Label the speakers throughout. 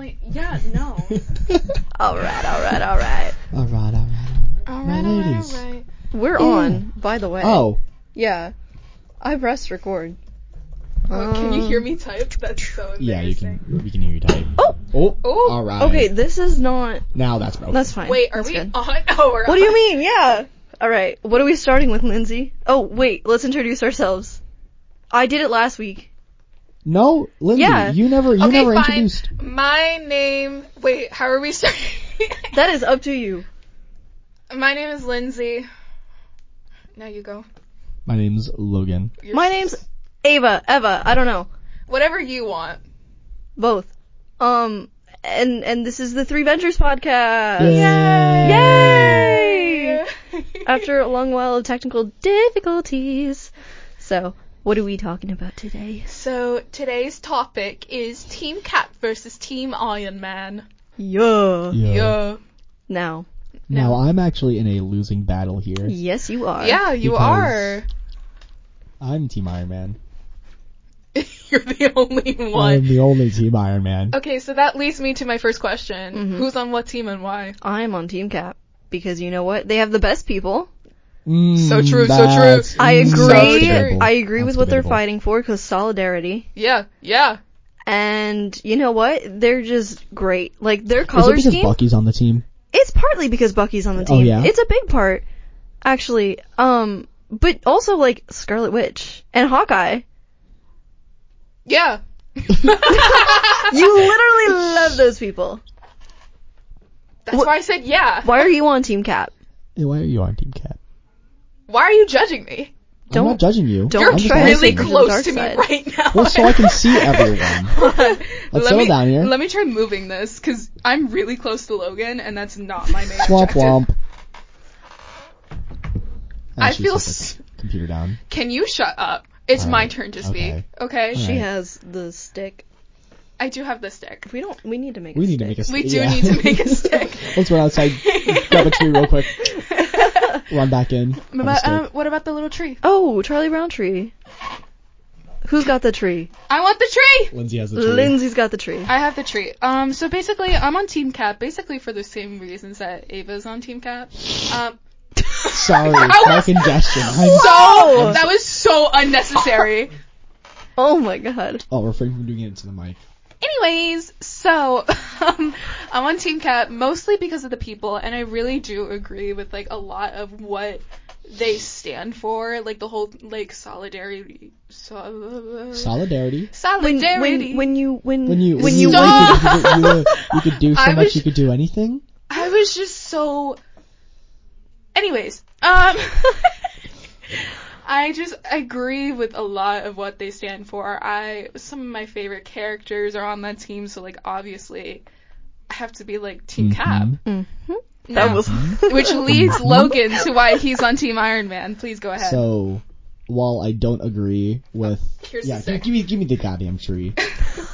Speaker 1: Like, yeah, no.
Speaker 2: All right, all right, all right.
Speaker 3: All right, all right, all right.
Speaker 1: all
Speaker 3: My
Speaker 1: right, all right,
Speaker 3: ladies.
Speaker 1: all right.
Speaker 2: We're on, by the way.
Speaker 3: Oh,
Speaker 2: Yeah. I pressed record.
Speaker 1: Oh, can you
Speaker 2: Um,
Speaker 1: hear me type? That's so embarrassing.
Speaker 3: yeah, you can we can hear you type.
Speaker 2: Oh!
Speaker 3: Oh,
Speaker 1: Oh,
Speaker 3: all right.
Speaker 2: Okay, this is not.
Speaker 3: now that's broken.
Speaker 2: That's fine.
Speaker 1: Wait, are
Speaker 2: That's
Speaker 1: we
Speaker 2: good.
Speaker 1: on? Oh, we're
Speaker 2: What do
Speaker 1: on.
Speaker 2: you mean? Yeah. All right. What are we starting with, Lindsay? Oh, wait. Let's introduce ourselves. I did it last week.
Speaker 3: no, Lindsay,
Speaker 2: Yeah.
Speaker 3: you never you
Speaker 1: okay,
Speaker 3: never
Speaker 1: fine.
Speaker 3: introduced.
Speaker 1: My name. Wait, how are we starting?
Speaker 2: That is up to you.
Speaker 1: My name is Lindsay. Now you go.
Speaker 3: My name's Logan.
Speaker 1: You're-
Speaker 2: My name's Ava, Eva. I don't know.
Speaker 1: whatever you want.
Speaker 2: Both. Um. And and this is the Three Ventures podcast.
Speaker 3: Yay!
Speaker 2: Yay! After a long while of technical difficulties. So, what are we talking about today?
Speaker 1: so today's topic is Team Cat versus Team Iron Man.
Speaker 2: Yeah.
Speaker 3: Yeah.
Speaker 1: Yeah.
Speaker 2: Now.
Speaker 3: Now I'm actually in a losing battle here.
Speaker 2: Yes, you are.
Speaker 1: Yeah, you
Speaker 3: Because- I'm Team Iron Man.
Speaker 1: are. You're the only
Speaker 3: I'm
Speaker 1: one.
Speaker 3: the only Team Iron Man.
Speaker 2: Uh,
Speaker 1: Okay, so that leads me to my first question.
Speaker 2: Mhm.
Speaker 1: Who's on what team and why?
Speaker 2: I'm on Team Cap because you know what? They have the best people.
Speaker 3: Mm,
Speaker 1: So true, so
Speaker 3: that's-
Speaker 1: true.
Speaker 2: I
Speaker 3: mm,
Speaker 2: agree.
Speaker 1: So
Speaker 3: that's
Speaker 1: true.
Speaker 3: debatable.
Speaker 2: I agree
Speaker 3: That's
Speaker 2: with what
Speaker 3: debatable.
Speaker 2: they're fighting for because solidarity.
Speaker 1: Yeah, yeah.
Speaker 2: And you know what? They're just great. Like their
Speaker 3: Is it
Speaker 2: color
Speaker 3: because
Speaker 2: scheme.
Speaker 3: Bucky's on the team?
Speaker 2: it's partly because Bucky's on the
Speaker 3: Oh,
Speaker 2: team.
Speaker 3: yeah?
Speaker 2: It's a big part, actually. Um, but also like Scarlet Witch and Hawkeye.
Speaker 1: Yeah.
Speaker 2: You literally love those people.
Speaker 1: That's
Speaker 2: Wh-
Speaker 1: why I said yeah.
Speaker 2: Why are you on Team Cap?
Speaker 3: Hey, why are you on Team Cat?
Speaker 1: Why are you judging me?
Speaker 3: I'm
Speaker 2: Don't-
Speaker 3: not judging you.
Speaker 2: don't
Speaker 1: You're
Speaker 3: I'm just
Speaker 2: try to
Speaker 1: really
Speaker 3: asking.
Speaker 2: the
Speaker 1: close
Speaker 2: dark
Speaker 1: to me
Speaker 2: side.
Speaker 1: right now.
Speaker 3: Well, so I can see everyone.
Speaker 1: Let's
Speaker 3: settle down here.
Speaker 1: Let me try moving this because I'm really close to Logan, and that's not my main
Speaker 3: Swamp
Speaker 1: objective.
Speaker 3: womp.
Speaker 1: I
Speaker 3: Actually,
Speaker 1: feel.
Speaker 3: set
Speaker 1: S-
Speaker 3: the computer down.
Speaker 1: can you shut up? It's my
Speaker 3: Alright,
Speaker 1: turn to speak.
Speaker 3: okay.
Speaker 1: Okay.
Speaker 3: Alright.
Speaker 2: She has the stick.
Speaker 1: I do have the stick.
Speaker 2: We don't. We need to make.
Speaker 3: We
Speaker 2: a
Speaker 3: need to
Speaker 2: stick.
Speaker 3: make a
Speaker 1: We
Speaker 3: stick.
Speaker 1: do
Speaker 3: yeah.
Speaker 1: need to make a stick.
Speaker 3: Let's run outside, grab a tree real quick, run back in. have a
Speaker 1: But,
Speaker 3: stick.
Speaker 1: um, what about the little tree?
Speaker 2: Oh, Charlie Brown tree. Who's got the tree?
Speaker 1: I want the tree.
Speaker 3: Lindsay has the tree.
Speaker 2: Lindsay's got the tree.
Speaker 1: I have the tree. Um, so basically, I'm on Team Cap, basically for the same reasons that Ava's on Team Cap. Um,
Speaker 3: Sorry,
Speaker 1: I
Speaker 3: my
Speaker 1: was-
Speaker 3: congestion. I'm,
Speaker 1: so that was so unnecessary.
Speaker 2: Oh my god.
Speaker 3: oh, refrain from doing it into the mic.
Speaker 1: Anyways, so um, I'm on Team Cap mostly because of the people, and I really do agree with like a lot of what they stand for, like the whole like solidarity, so,
Speaker 3: Solidarity.
Speaker 2: When
Speaker 1: solidarity.
Speaker 2: when when you when
Speaker 3: When you
Speaker 2: when you
Speaker 3: you,
Speaker 1: Stop!
Speaker 3: you, could, you, were- you could do so
Speaker 1: I
Speaker 3: much,
Speaker 1: was-
Speaker 3: you could do anything.
Speaker 1: I was just so. Anyways, um, I just agree with a lot of what they stand for. I some of my favorite characters are on that team, so like obviously, I have to be like Team Cap.
Speaker 3: Mhm.
Speaker 2: Mhm.
Speaker 1: No.
Speaker 2: that was
Speaker 3: Hmm?
Speaker 1: which leads
Speaker 2: Mm-hmm.
Speaker 1: Logan to why he's on Team Iron Man. Please go ahead. Oh,
Speaker 3: So, while I don't agree with,
Speaker 1: Here's
Speaker 3: yeah,
Speaker 1: the
Speaker 3: give,
Speaker 1: stick.
Speaker 3: give me give me the goddamn tree.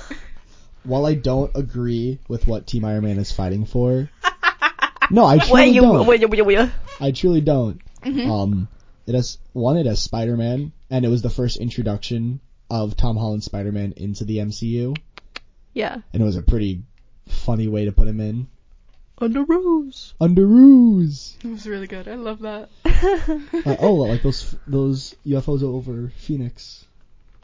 Speaker 3: while I don't agree with what Team Iron Man is fighting for, no, I truly
Speaker 2: when you
Speaker 3: don't.
Speaker 2: when you when you- when you-
Speaker 3: I truly don't.
Speaker 1: Mm-hmm.
Speaker 3: Um, it has one. It has Spider Man, and it was the first introduction of Tom Holland Spider Man into the MCU,
Speaker 2: yeah
Speaker 3: and it was a pretty funny way to put him in
Speaker 2: under rules.
Speaker 3: under ruse.
Speaker 1: It was really good. I love that.
Speaker 3: like, oh, like those those UFOs over Phoenix,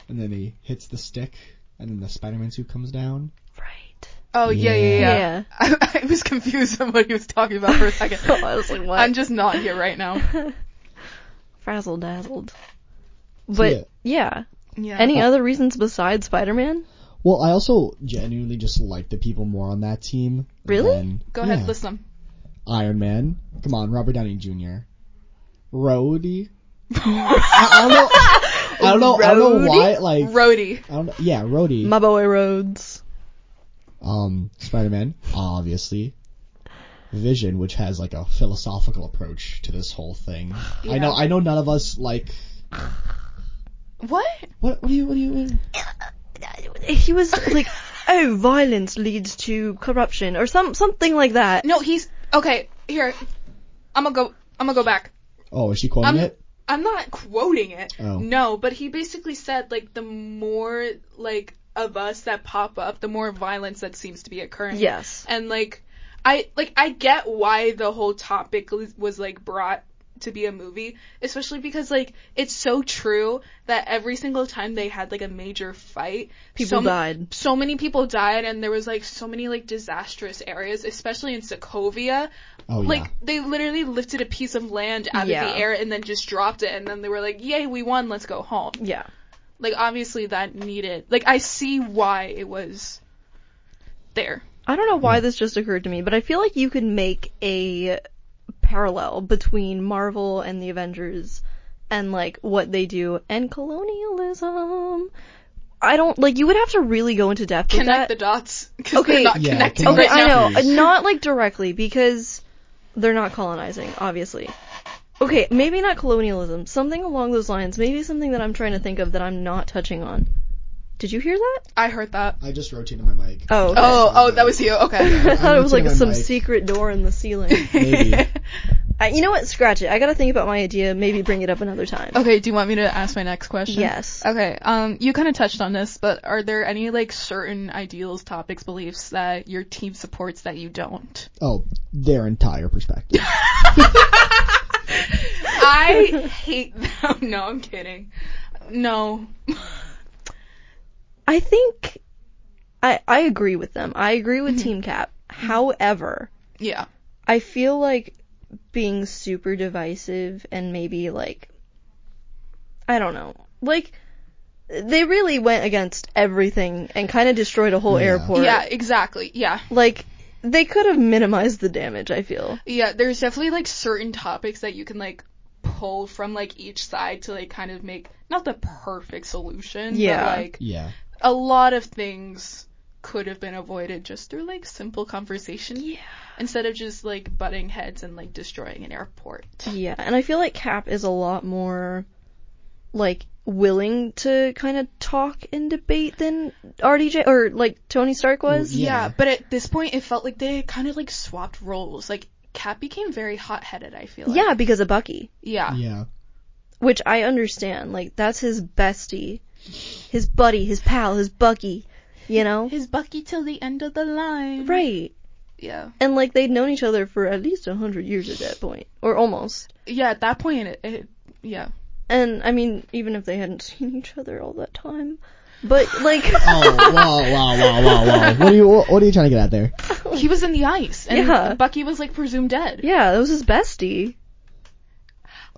Speaker 3: and then he hits the stick, and then the Spider Man suit comes down.
Speaker 2: Right.
Speaker 1: Oh yeah, yeah, yeah.
Speaker 3: Yeah.
Speaker 2: Yeah.
Speaker 1: I, I was confused on what he was talking about for a second.
Speaker 2: I was like, what?
Speaker 1: I'm just not here right now.
Speaker 2: frazzle dazzled.
Speaker 3: So, yeah.
Speaker 2: But yeah.
Speaker 1: Yeah.
Speaker 2: Any other reasons besides Spider-Man?
Speaker 3: Well, I also genuinely just like the people more on that team.
Speaker 2: Really?
Speaker 3: than-
Speaker 1: go ahead,
Speaker 3: yeah.
Speaker 1: listen.
Speaker 3: Iron Man. Come on, Robert Downey Jr. Rhodey. I, I don't know. I don't know. I don't know why. Like,
Speaker 1: Rhodey.
Speaker 3: I don't. Yeah, Rhodey.
Speaker 2: My boy Rhodes.
Speaker 3: um, Spider Man, obviously. Vision, which has like a philosophical approach to this whole thing. I
Speaker 1: Yeah.
Speaker 3: know. I know. None of us like.
Speaker 1: What?
Speaker 3: What? What do you? What do you?
Speaker 2: He was like, oh, violence leads to corruption or some something like that.
Speaker 1: No, he's okay. Here, I'm gonna go. I'm gonna go back.
Speaker 3: Oh, is she quoting
Speaker 2: Um,
Speaker 1: I'm-
Speaker 3: it?
Speaker 1: I'm not quoting it.
Speaker 3: Oh.
Speaker 1: No, but he basically said like the more like of us that pop up, the more violence that seems to be occurring.
Speaker 2: Yes.
Speaker 1: And like I like I get why the whole topic l- was like brought to be a movie, especially because like it's so true that every single time they had like a major fight,
Speaker 2: People
Speaker 1: so ma-
Speaker 2: died.
Speaker 1: so many people died and there was like so many like disastrous areas, especially in Sokovia.
Speaker 3: Oh yeah.
Speaker 1: Like they literally lifted a piece of land out
Speaker 2: Yeah.
Speaker 1: of the air and then just dropped it and then they were like, "Yay, we won, let's go home."
Speaker 2: Yeah.
Speaker 1: Like obviously that needed. Like I see why it was there.
Speaker 2: I don't know why this just occurred to me, but I feel like you could make a parallel between Marvel and the Avengers and like what they do and colonialism. I don't like you would have to really go into depth with
Speaker 1: Connect
Speaker 2: that.
Speaker 1: the dots because
Speaker 2: Okay.
Speaker 1: they're not
Speaker 3: Yeah,
Speaker 1: connecting
Speaker 3: connect
Speaker 2: Okay,
Speaker 1: right now.
Speaker 2: I know. Not like directly because they're not colonizing, obviously. Okay, maybe not colonialism. Something along those lines. Maybe something that I'm trying to think of that I'm not touching on. Did you hear that?
Speaker 1: I heard that.
Speaker 3: I just rotated my mic.
Speaker 2: Oh, okay.
Speaker 1: Oh, oh, that was you. Okay.
Speaker 2: I thought it was
Speaker 3: looking
Speaker 2: like
Speaker 3: at my
Speaker 2: some
Speaker 3: mic.
Speaker 2: secret door in the ceiling.
Speaker 3: Maybe.
Speaker 2: I, you know what? Scratch it. I gotta think about my idea. Maybe bring it up another time.
Speaker 1: okay, do you want me to ask my next question?
Speaker 2: Yes.
Speaker 1: Okay. Um, you kind of touched on this, but are there any like certain ideals, topics, beliefs that your team supports that you don't?
Speaker 3: Oh, their entire perspective.
Speaker 1: I hate them. No, I'm kidding. No.
Speaker 2: I think I I agree with them. I agree with
Speaker 1: Mm-hmm.
Speaker 2: Team Cap. However,
Speaker 1: yeah.
Speaker 2: I feel like being super divisive and maybe like I don't know. Like they really went against everything and kind of destroyed a whole
Speaker 3: Yeah.
Speaker 2: airport.
Speaker 1: yeah. Exactly. Yeah.
Speaker 2: Like they could have minimized the damage, I feel.
Speaker 1: Yeah. There's definitely like certain topics that you can like pull from like each side to like kind of make not the perfect solution.
Speaker 2: Yeah.
Speaker 1: But, like
Speaker 3: yeah.
Speaker 1: a lot of things could have been avoided just through like simple conversation instead of just like butting heads and like destroying an airport.
Speaker 2: Yeah, and I feel like Cap is a lot more like willing to kind of talk and debate than RDJ or like Tony Stark was.
Speaker 3: yeah.
Speaker 1: but at this point it felt like they kind of like swapped roles. Like Cap became very hot-headed, I feel like.
Speaker 2: Yeah, because of Bucky,
Speaker 1: Yeah.
Speaker 3: Yeah.
Speaker 2: which I understand. Like that's his bestie, his buddy, his pal, his Bucky, you know?
Speaker 1: His Bucky till the end of the line.
Speaker 2: Right.
Speaker 1: Yeah.
Speaker 2: And like they'd known each other for at least a 100 years at that point or almost.
Speaker 1: Yeah, at that point it, it yeah.
Speaker 2: And I mean, even if they hadn't seen each other all that time, but like
Speaker 3: Oh, wow, wow, wow, wow, wow. What are you? What are you trying to get at there?
Speaker 1: He was in the ice and
Speaker 2: Yeah.
Speaker 1: Bucky was like presumed dead.
Speaker 2: yeah, that was his bestie.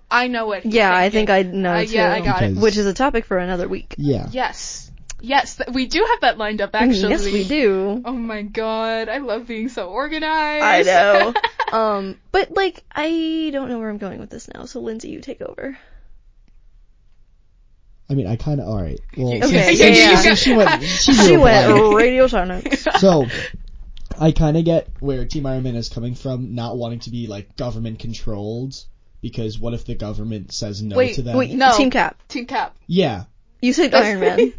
Speaker 1: I know what. he's
Speaker 2: Yeah, I
Speaker 1: thinking.
Speaker 2: think I know
Speaker 1: Uh,
Speaker 2: too.
Speaker 1: yeah, I got it.
Speaker 3: Because-
Speaker 2: Which is a topic for another week.
Speaker 3: Yeah.
Speaker 1: Yes. Yes, th- we do have that lined up actually.
Speaker 2: Mm, Yes, we do.
Speaker 1: Oh my god, I love being so organized.
Speaker 2: I know. um, but like, I don't know where I'm going with this now. So Lindsay, you take over.
Speaker 3: I mean, I kind of. All right. Well,
Speaker 2: Okay,
Speaker 3: since,
Speaker 2: yeah,
Speaker 3: since-
Speaker 2: yeah.
Speaker 3: since she went. She,
Speaker 2: She
Speaker 3: went.
Speaker 2: went
Speaker 3: blank.
Speaker 2: radio silence.
Speaker 3: So, I kind of get where Team Iron Man is coming from, not wanting to be like government controlled. Because what if the government says no
Speaker 1: Wait,
Speaker 3: to them?
Speaker 2: Wait,
Speaker 1: No.
Speaker 2: Team Cap.
Speaker 1: Team Cap.
Speaker 3: Yeah.
Speaker 2: You said
Speaker 1: That's-
Speaker 2: Iron Man.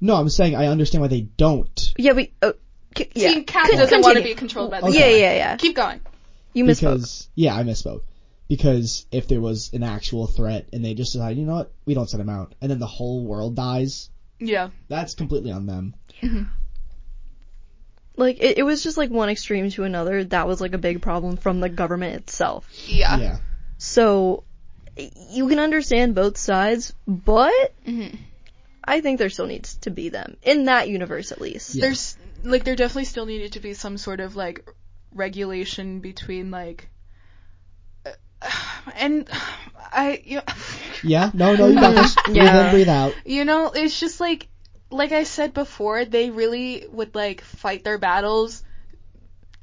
Speaker 3: No, I'm saying I understand why they don't.
Speaker 2: Yeah, we. Oh, c- yeah.
Speaker 1: Team Cap
Speaker 2: Con-
Speaker 1: doesn't want to be
Speaker 2: continue.
Speaker 1: controlled by the
Speaker 3: Okay.
Speaker 2: Yeah, yeah, yeah.
Speaker 1: Keep going.
Speaker 2: You misspoke.
Speaker 3: because yeah, I misspoke. Because if there was an actual threat and they just decide, you know what, we don't send them out, and then the whole world dies,
Speaker 1: Yeah.
Speaker 3: that's completely on them.
Speaker 2: Mm-hmm. Like it, it was just like one extreme to another. That was like a big problem from the government itself.
Speaker 1: Yeah.
Speaker 3: yeah,
Speaker 2: So y- you can understand both sides, but
Speaker 1: Mhm.
Speaker 2: I think there still needs to be them in that universe at least.
Speaker 3: Yeah.
Speaker 1: There's like there definitely still needed to be some sort of like regulation between like uh, and I you
Speaker 3: yeah. No, no, you got this. Breathe
Speaker 2: Yeah.
Speaker 3: in, breathe out.
Speaker 1: you know, it's just like like I said before, they really would like fight their battles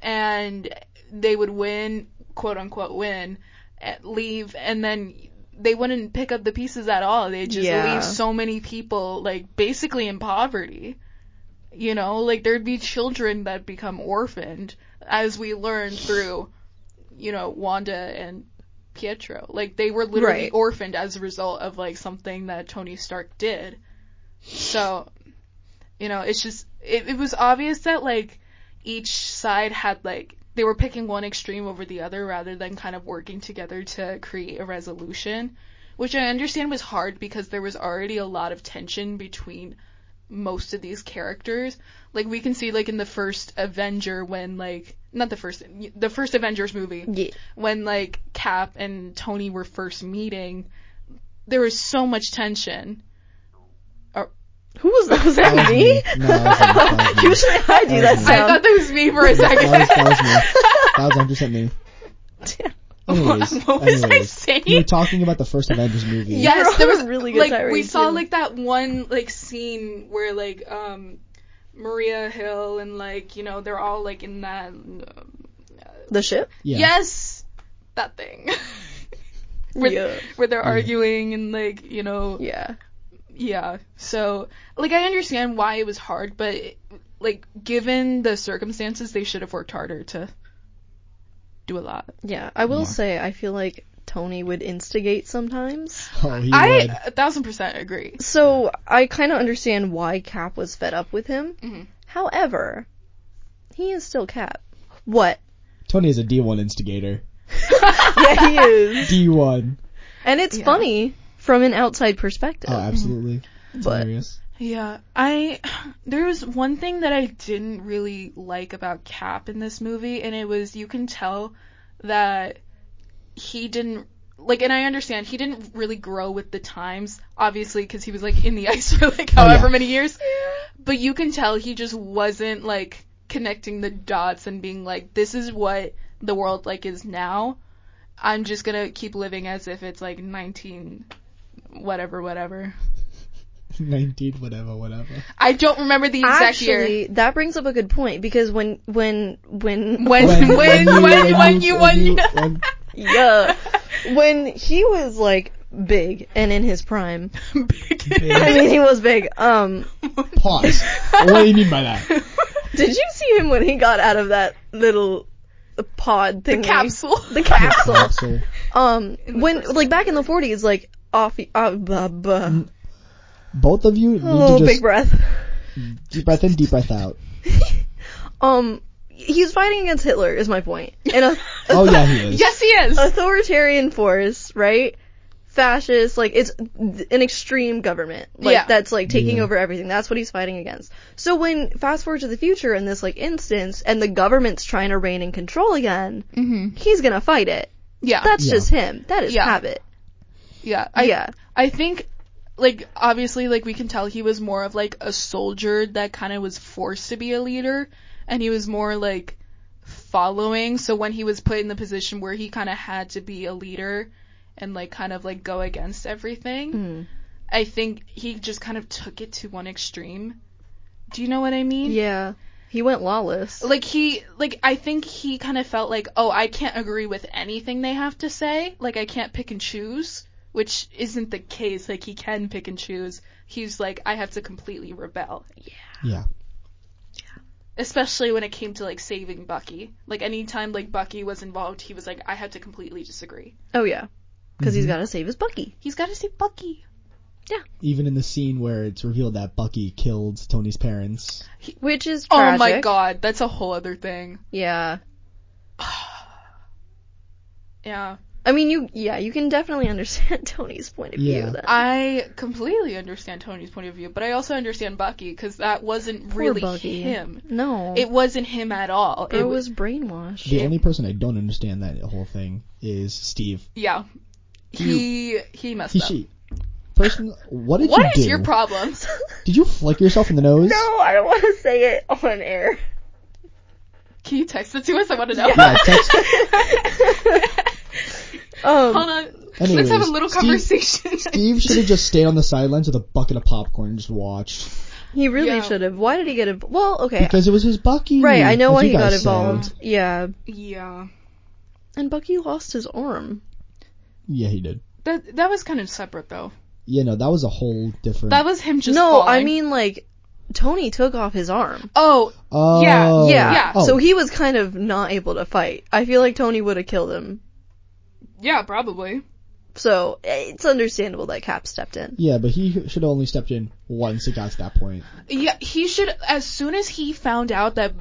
Speaker 1: and they would win, quote unquote win, eh, leave and then they wouldn't pick up the pieces at all. They just
Speaker 2: Yeah.
Speaker 1: leave so many people like basically in poverty. You know, like there'd be children that become orphaned as we learned through you know, Wanda and Pietro. Like they were literally
Speaker 2: Right.
Speaker 1: orphaned as a result of like something that Tony Stark did. So, you know, it's just it, it was obvious that like each side had like they were picking one extreme over the other rather than kind of working together to create a resolution, which I understand was hard because there was already a lot of tension between most of these characters. Like we can see like in the first Avenger when like not the first the first Avengers movie
Speaker 2: Yeah.
Speaker 1: when like Cap and Tony were first meeting, there was so much tension.
Speaker 2: Who was that? Was that,
Speaker 3: That was
Speaker 2: me?
Speaker 3: me. No, that was me. That was me.
Speaker 2: Usually I do
Speaker 3: That
Speaker 2: that
Speaker 3: was me.
Speaker 1: I
Speaker 2: sound.
Speaker 1: thought that was me for a
Speaker 3: That was,
Speaker 1: second.
Speaker 3: that was me. That was 100 percent me. Anyways,
Speaker 1: what was I
Speaker 3: anyways,
Speaker 1: saying?
Speaker 3: we were talking about the first Avengers movie.
Speaker 2: You're
Speaker 1: Yes,
Speaker 2: on
Speaker 1: there
Speaker 2: a
Speaker 1: was really
Speaker 2: really good
Speaker 1: good. Like
Speaker 2: tirade,
Speaker 1: we saw
Speaker 2: too.
Speaker 1: like that one like scene where like um Maria Hill and like you know they're all like in that. um,
Speaker 2: the ship?
Speaker 3: Yeah.
Speaker 1: Yes, that thing. where,
Speaker 2: Yeah.
Speaker 1: where they're arguing and like you know
Speaker 2: Yeah.
Speaker 1: yeah. So like I understand why it was hard, but like given the circumstances, they should have worked harder to do a lot.
Speaker 2: Yeah. I will
Speaker 3: Yeah.
Speaker 2: say I feel like Tony would instigate sometimes.
Speaker 3: Oh, he
Speaker 1: I
Speaker 3: would.
Speaker 1: a thousand percent agree.
Speaker 2: So I kind of understand why Cap was fed up with him.
Speaker 1: Mhm.
Speaker 2: However, he is still Cap. What?
Speaker 3: Tony is a D1 instigator.
Speaker 2: Yeah, he is.
Speaker 3: D1.
Speaker 2: And it's
Speaker 1: Yeah.
Speaker 2: funny from an outside perspective.
Speaker 3: Oh, absolutely. It's
Speaker 2: But-
Speaker 3: hilarious.
Speaker 1: Yeah, I there was one thing that I didn't really like about Cap in this movie, and it was you can tell that he didn't like, and I understand he didn't really grow with the times, obviously, because he was like in the ice for like
Speaker 3: Oh, yeah.
Speaker 1: however many years. But you can tell he just wasn't like connecting the dots and being like, this is what the world like is now. I'm just gonna keep living as if it's like 19, whatever, whatever.
Speaker 3: 19, whatever, whatever.
Speaker 1: I don't remember the exact year.
Speaker 2: Actually, that brings up a good point because when when when
Speaker 1: When- when- when- when you- when you-
Speaker 2: yeah when he was like big and in his prime. I mean, he was big. Um,
Speaker 3: Pause. What do you mean by that?
Speaker 2: did you see him when he got out of that little pod thing?
Speaker 1: Capsule.
Speaker 2: The capsule.
Speaker 3: Sir.
Speaker 2: Um,
Speaker 1: In the
Speaker 2: when
Speaker 1: first
Speaker 2: like back in the 40s, like off, uh, buh, buh.
Speaker 3: Both of you need
Speaker 2: oh,
Speaker 3: to
Speaker 2: big
Speaker 3: just
Speaker 2: breath.
Speaker 3: deep breath in, deep breath out.
Speaker 2: Um, he's fighting against Hitler, is my point. And a,
Speaker 3: Oh yeah, he is.
Speaker 1: yes, he is.
Speaker 2: Uh, authoritarian force, right? Fascist, like it's an extreme government, like
Speaker 1: Yeah.
Speaker 2: that's like taking
Speaker 3: Yeah.
Speaker 2: over everything. That's what he's fighting against. So when fast forward to the future in this like instance, and the government's trying to reign and control again,
Speaker 1: mm-hmm.
Speaker 2: he's gonna fight it.
Speaker 1: Yeah,
Speaker 2: That's
Speaker 3: Yeah.
Speaker 2: just him. That is
Speaker 1: Yeah.
Speaker 2: habit.
Speaker 1: yeah. I,
Speaker 2: yeah,
Speaker 1: I think, like, obviously, like we can tell he was more of like a soldier that kind of was forced to be a leader, and he was more like following. So when he was put in the position where he kind of had to be a leader and like kind of like go against everything,
Speaker 3: Hmm.
Speaker 2: Mm.
Speaker 1: I think he just kind of took it to one extreme. Do you know what I mean?
Speaker 2: yeah. He went lawless.
Speaker 1: like he like i think he kind of felt like oh i can't agree with anything they have to say like i can't pick and choose which isn't the case like he can pick and choose he's like i have to completely rebel
Speaker 3: Yeah.
Speaker 1: especially when it came to like saving bucky like anytime like bucky was involved he was like i have to completely disagree
Speaker 2: oh yeah, because he's
Speaker 3: Mhm.
Speaker 2: got to save his Bucky.
Speaker 1: he's got to save bucky
Speaker 3: Even in the scene where it's revealed that Bucky killed Tony's parents.
Speaker 2: Which is
Speaker 1: oh my
Speaker 2: tragic.
Speaker 1: god that's a whole other thing
Speaker 2: Yeah,
Speaker 1: yeah
Speaker 2: I mean you. Yeah, you can definitely understand Tony's point of
Speaker 3: Yeah.
Speaker 2: view. Then.
Speaker 1: i completely understand tony's point of view but i also understand bucky because that wasn't really
Speaker 2: Bucky.
Speaker 1: him
Speaker 2: no,
Speaker 1: It wasn't him at all.
Speaker 2: Bro
Speaker 1: it was
Speaker 2: was brainwashed.
Speaker 3: The only person I don't understand that whole thing is Steve.
Speaker 1: yeah. He he messed
Speaker 3: He,
Speaker 1: up.
Speaker 3: she. Person, what did you
Speaker 1: What
Speaker 3: do?
Speaker 1: is your problem?
Speaker 3: Did you flick yourself in the nose?
Speaker 2: No, I don't want to say it on air.
Speaker 1: Can you text it to us? I want to know.
Speaker 3: Yeah, text.
Speaker 2: Um,
Speaker 1: Hold on. Let's
Speaker 3: Anyways,
Speaker 1: have a little
Speaker 3: Steve-
Speaker 1: conversation.
Speaker 3: Steve should have just stayed on the sidelines with a bucket of popcorn and just watched
Speaker 2: he really
Speaker 1: Yeah.
Speaker 2: should have. Why did he get involved? Well, okay,
Speaker 3: because it was his Bucky.
Speaker 2: right. I know
Speaker 3: as
Speaker 2: why
Speaker 3: you
Speaker 2: he got
Speaker 3: guys
Speaker 2: involved.
Speaker 3: said.
Speaker 2: Yeah,
Speaker 1: yeah.
Speaker 2: and Bucky lost his arm.
Speaker 3: Yeah, he did.
Speaker 1: That that was kind of separate though.
Speaker 3: Yeah, no, that was a whole different.
Speaker 1: That was him just
Speaker 2: no, I
Speaker 1: falling.
Speaker 2: mean like Tony took off his arm.
Speaker 1: Oh,
Speaker 3: oh,
Speaker 1: yeah,
Speaker 2: yeah.
Speaker 1: yeah.
Speaker 3: Oh,
Speaker 2: So he was kind of not able to fight. I feel like Tony would have killed him.
Speaker 1: yeah, probably.
Speaker 2: So eh, it's understandable that Cap stepped in.
Speaker 3: yeah, but he should have only stepped in once it got to that point.
Speaker 1: Yeah, he should as soon as he found out that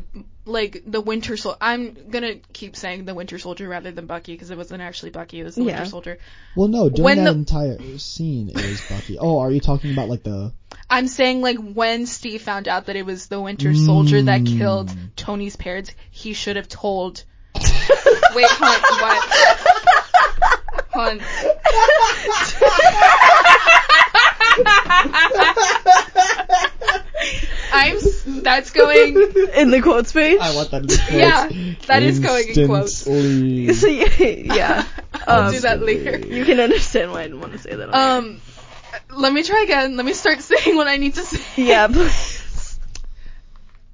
Speaker 1: like the Winter Soldier I'm going to keep saying the Winter Soldier rather than Bucky because it wasn't actually Bucky, it was the
Speaker 2: Yeah.
Speaker 1: Winter Soldier.
Speaker 3: Well, no, during
Speaker 1: When
Speaker 3: that
Speaker 1: the-
Speaker 3: entire scene, it was Bucky. Oh, are you talking about like the?
Speaker 1: I'm saying like when Steve found out that it was the Winter Soldier that
Speaker 3: Mm.
Speaker 1: killed Tony's parents, he should have told.
Speaker 4: Wait, hon, what? Hon,
Speaker 1: I'm. s- That's going.
Speaker 2: in the quote space.
Speaker 3: I want that in quotes.
Speaker 1: Yeah, that is going in quotes.
Speaker 3: Instantly.
Speaker 2: So yeah,
Speaker 1: I'll
Speaker 2: Um,
Speaker 1: do that later.
Speaker 2: you can understand why I didn't want to say that. On um,
Speaker 1: Um, let me try again. Let me start saying what I need to say.
Speaker 2: yeah, please.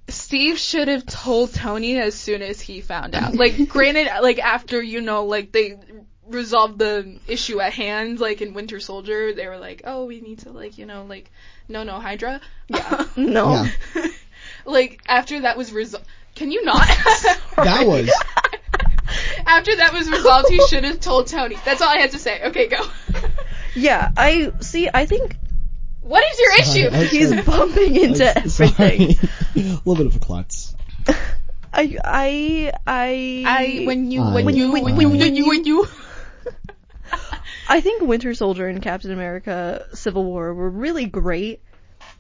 Speaker 1: Steve should have told Tony as soon as he found out. Like, granted, like after you know, like they resolved the issue at hand, like in Winter Soldier, they were like, oh, we need to like you know like no no Hydra. Yeah.
Speaker 2: no.
Speaker 3: Yeah.
Speaker 1: like after that was resolved, can you not?
Speaker 3: That was
Speaker 1: after that was resolved, he should have told Tony. That's all I had to say. Okay, go.
Speaker 2: Yeah, I see. I think
Speaker 1: What is your
Speaker 3: Sorry,
Speaker 1: issue?
Speaker 3: I was
Speaker 2: he's
Speaker 3: Sure.
Speaker 2: bumping into
Speaker 3: I'm sorry.
Speaker 2: everything.
Speaker 3: a little bit of a klutz.
Speaker 2: I, I, I,
Speaker 1: I when you when
Speaker 3: I-
Speaker 1: you when you when you when you. When you.
Speaker 2: I think Winter Soldier and Captain America: Civil War were really great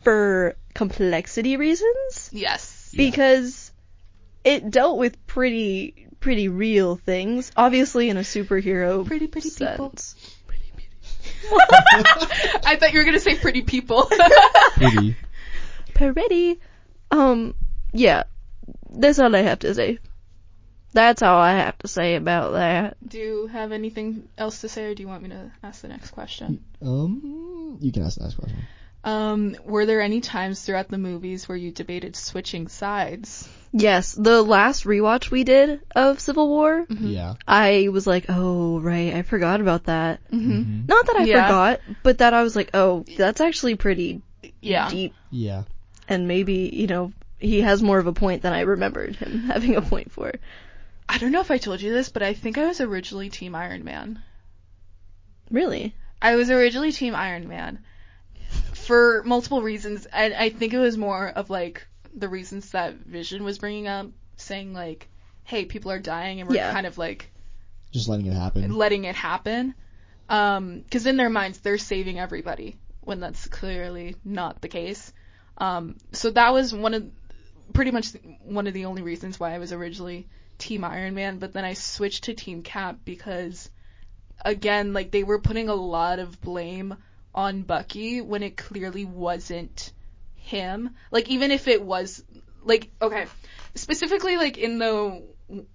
Speaker 2: for complexity reasons
Speaker 1: Yes.
Speaker 2: because it dealt with pretty, pretty real things. Obviously, in a superhero
Speaker 1: Pretty, pretty people.
Speaker 2: sense.
Speaker 1: I thought you were gonna say pretty people.
Speaker 3: Pretty.
Speaker 2: Peretti. Um, yeah, that's all I have to say. That's all I have to say about that.
Speaker 1: do you have anything else to say, or do you want me to ask the next question?
Speaker 3: Um, you can ask the next question.
Speaker 1: Um, were there any times throughout the movies where you debated switching sides?
Speaker 2: Yes, the last rewatch we did of Civil War,
Speaker 1: Mm-hmm.
Speaker 3: Yeah.
Speaker 2: I was like, oh, right, I forgot about that.
Speaker 3: Mm-hmm.
Speaker 2: Not that I
Speaker 1: Yeah.
Speaker 2: forgot, but that I was like, oh, that's actually pretty
Speaker 1: Yeah.
Speaker 2: deep,
Speaker 3: Yeah.
Speaker 2: and maybe, you know, he has more of a point than I remembered him having a point for.
Speaker 1: I don't know if I told you this, but I think I was originally Team Iron Man.
Speaker 2: Really?
Speaker 1: I was originally Team Iron Man for multiple reasons, and I think it was more of like the reasons that Vision was bringing up, saying like, "Hey, people are dying, and we're
Speaker 2: Yeah.
Speaker 1: kind of like
Speaker 3: Just letting it happen.
Speaker 1: letting it happen," because in their minds they're saving everybody when that's clearly not the case. Um, so that was one of pretty much one of the only reasons why I was originally Team Iron Man, but then I switched to Team Cap because again, like they were putting a lot of blame on Bucky when it clearly wasn't him. Like even if it was like okay, specifically like in the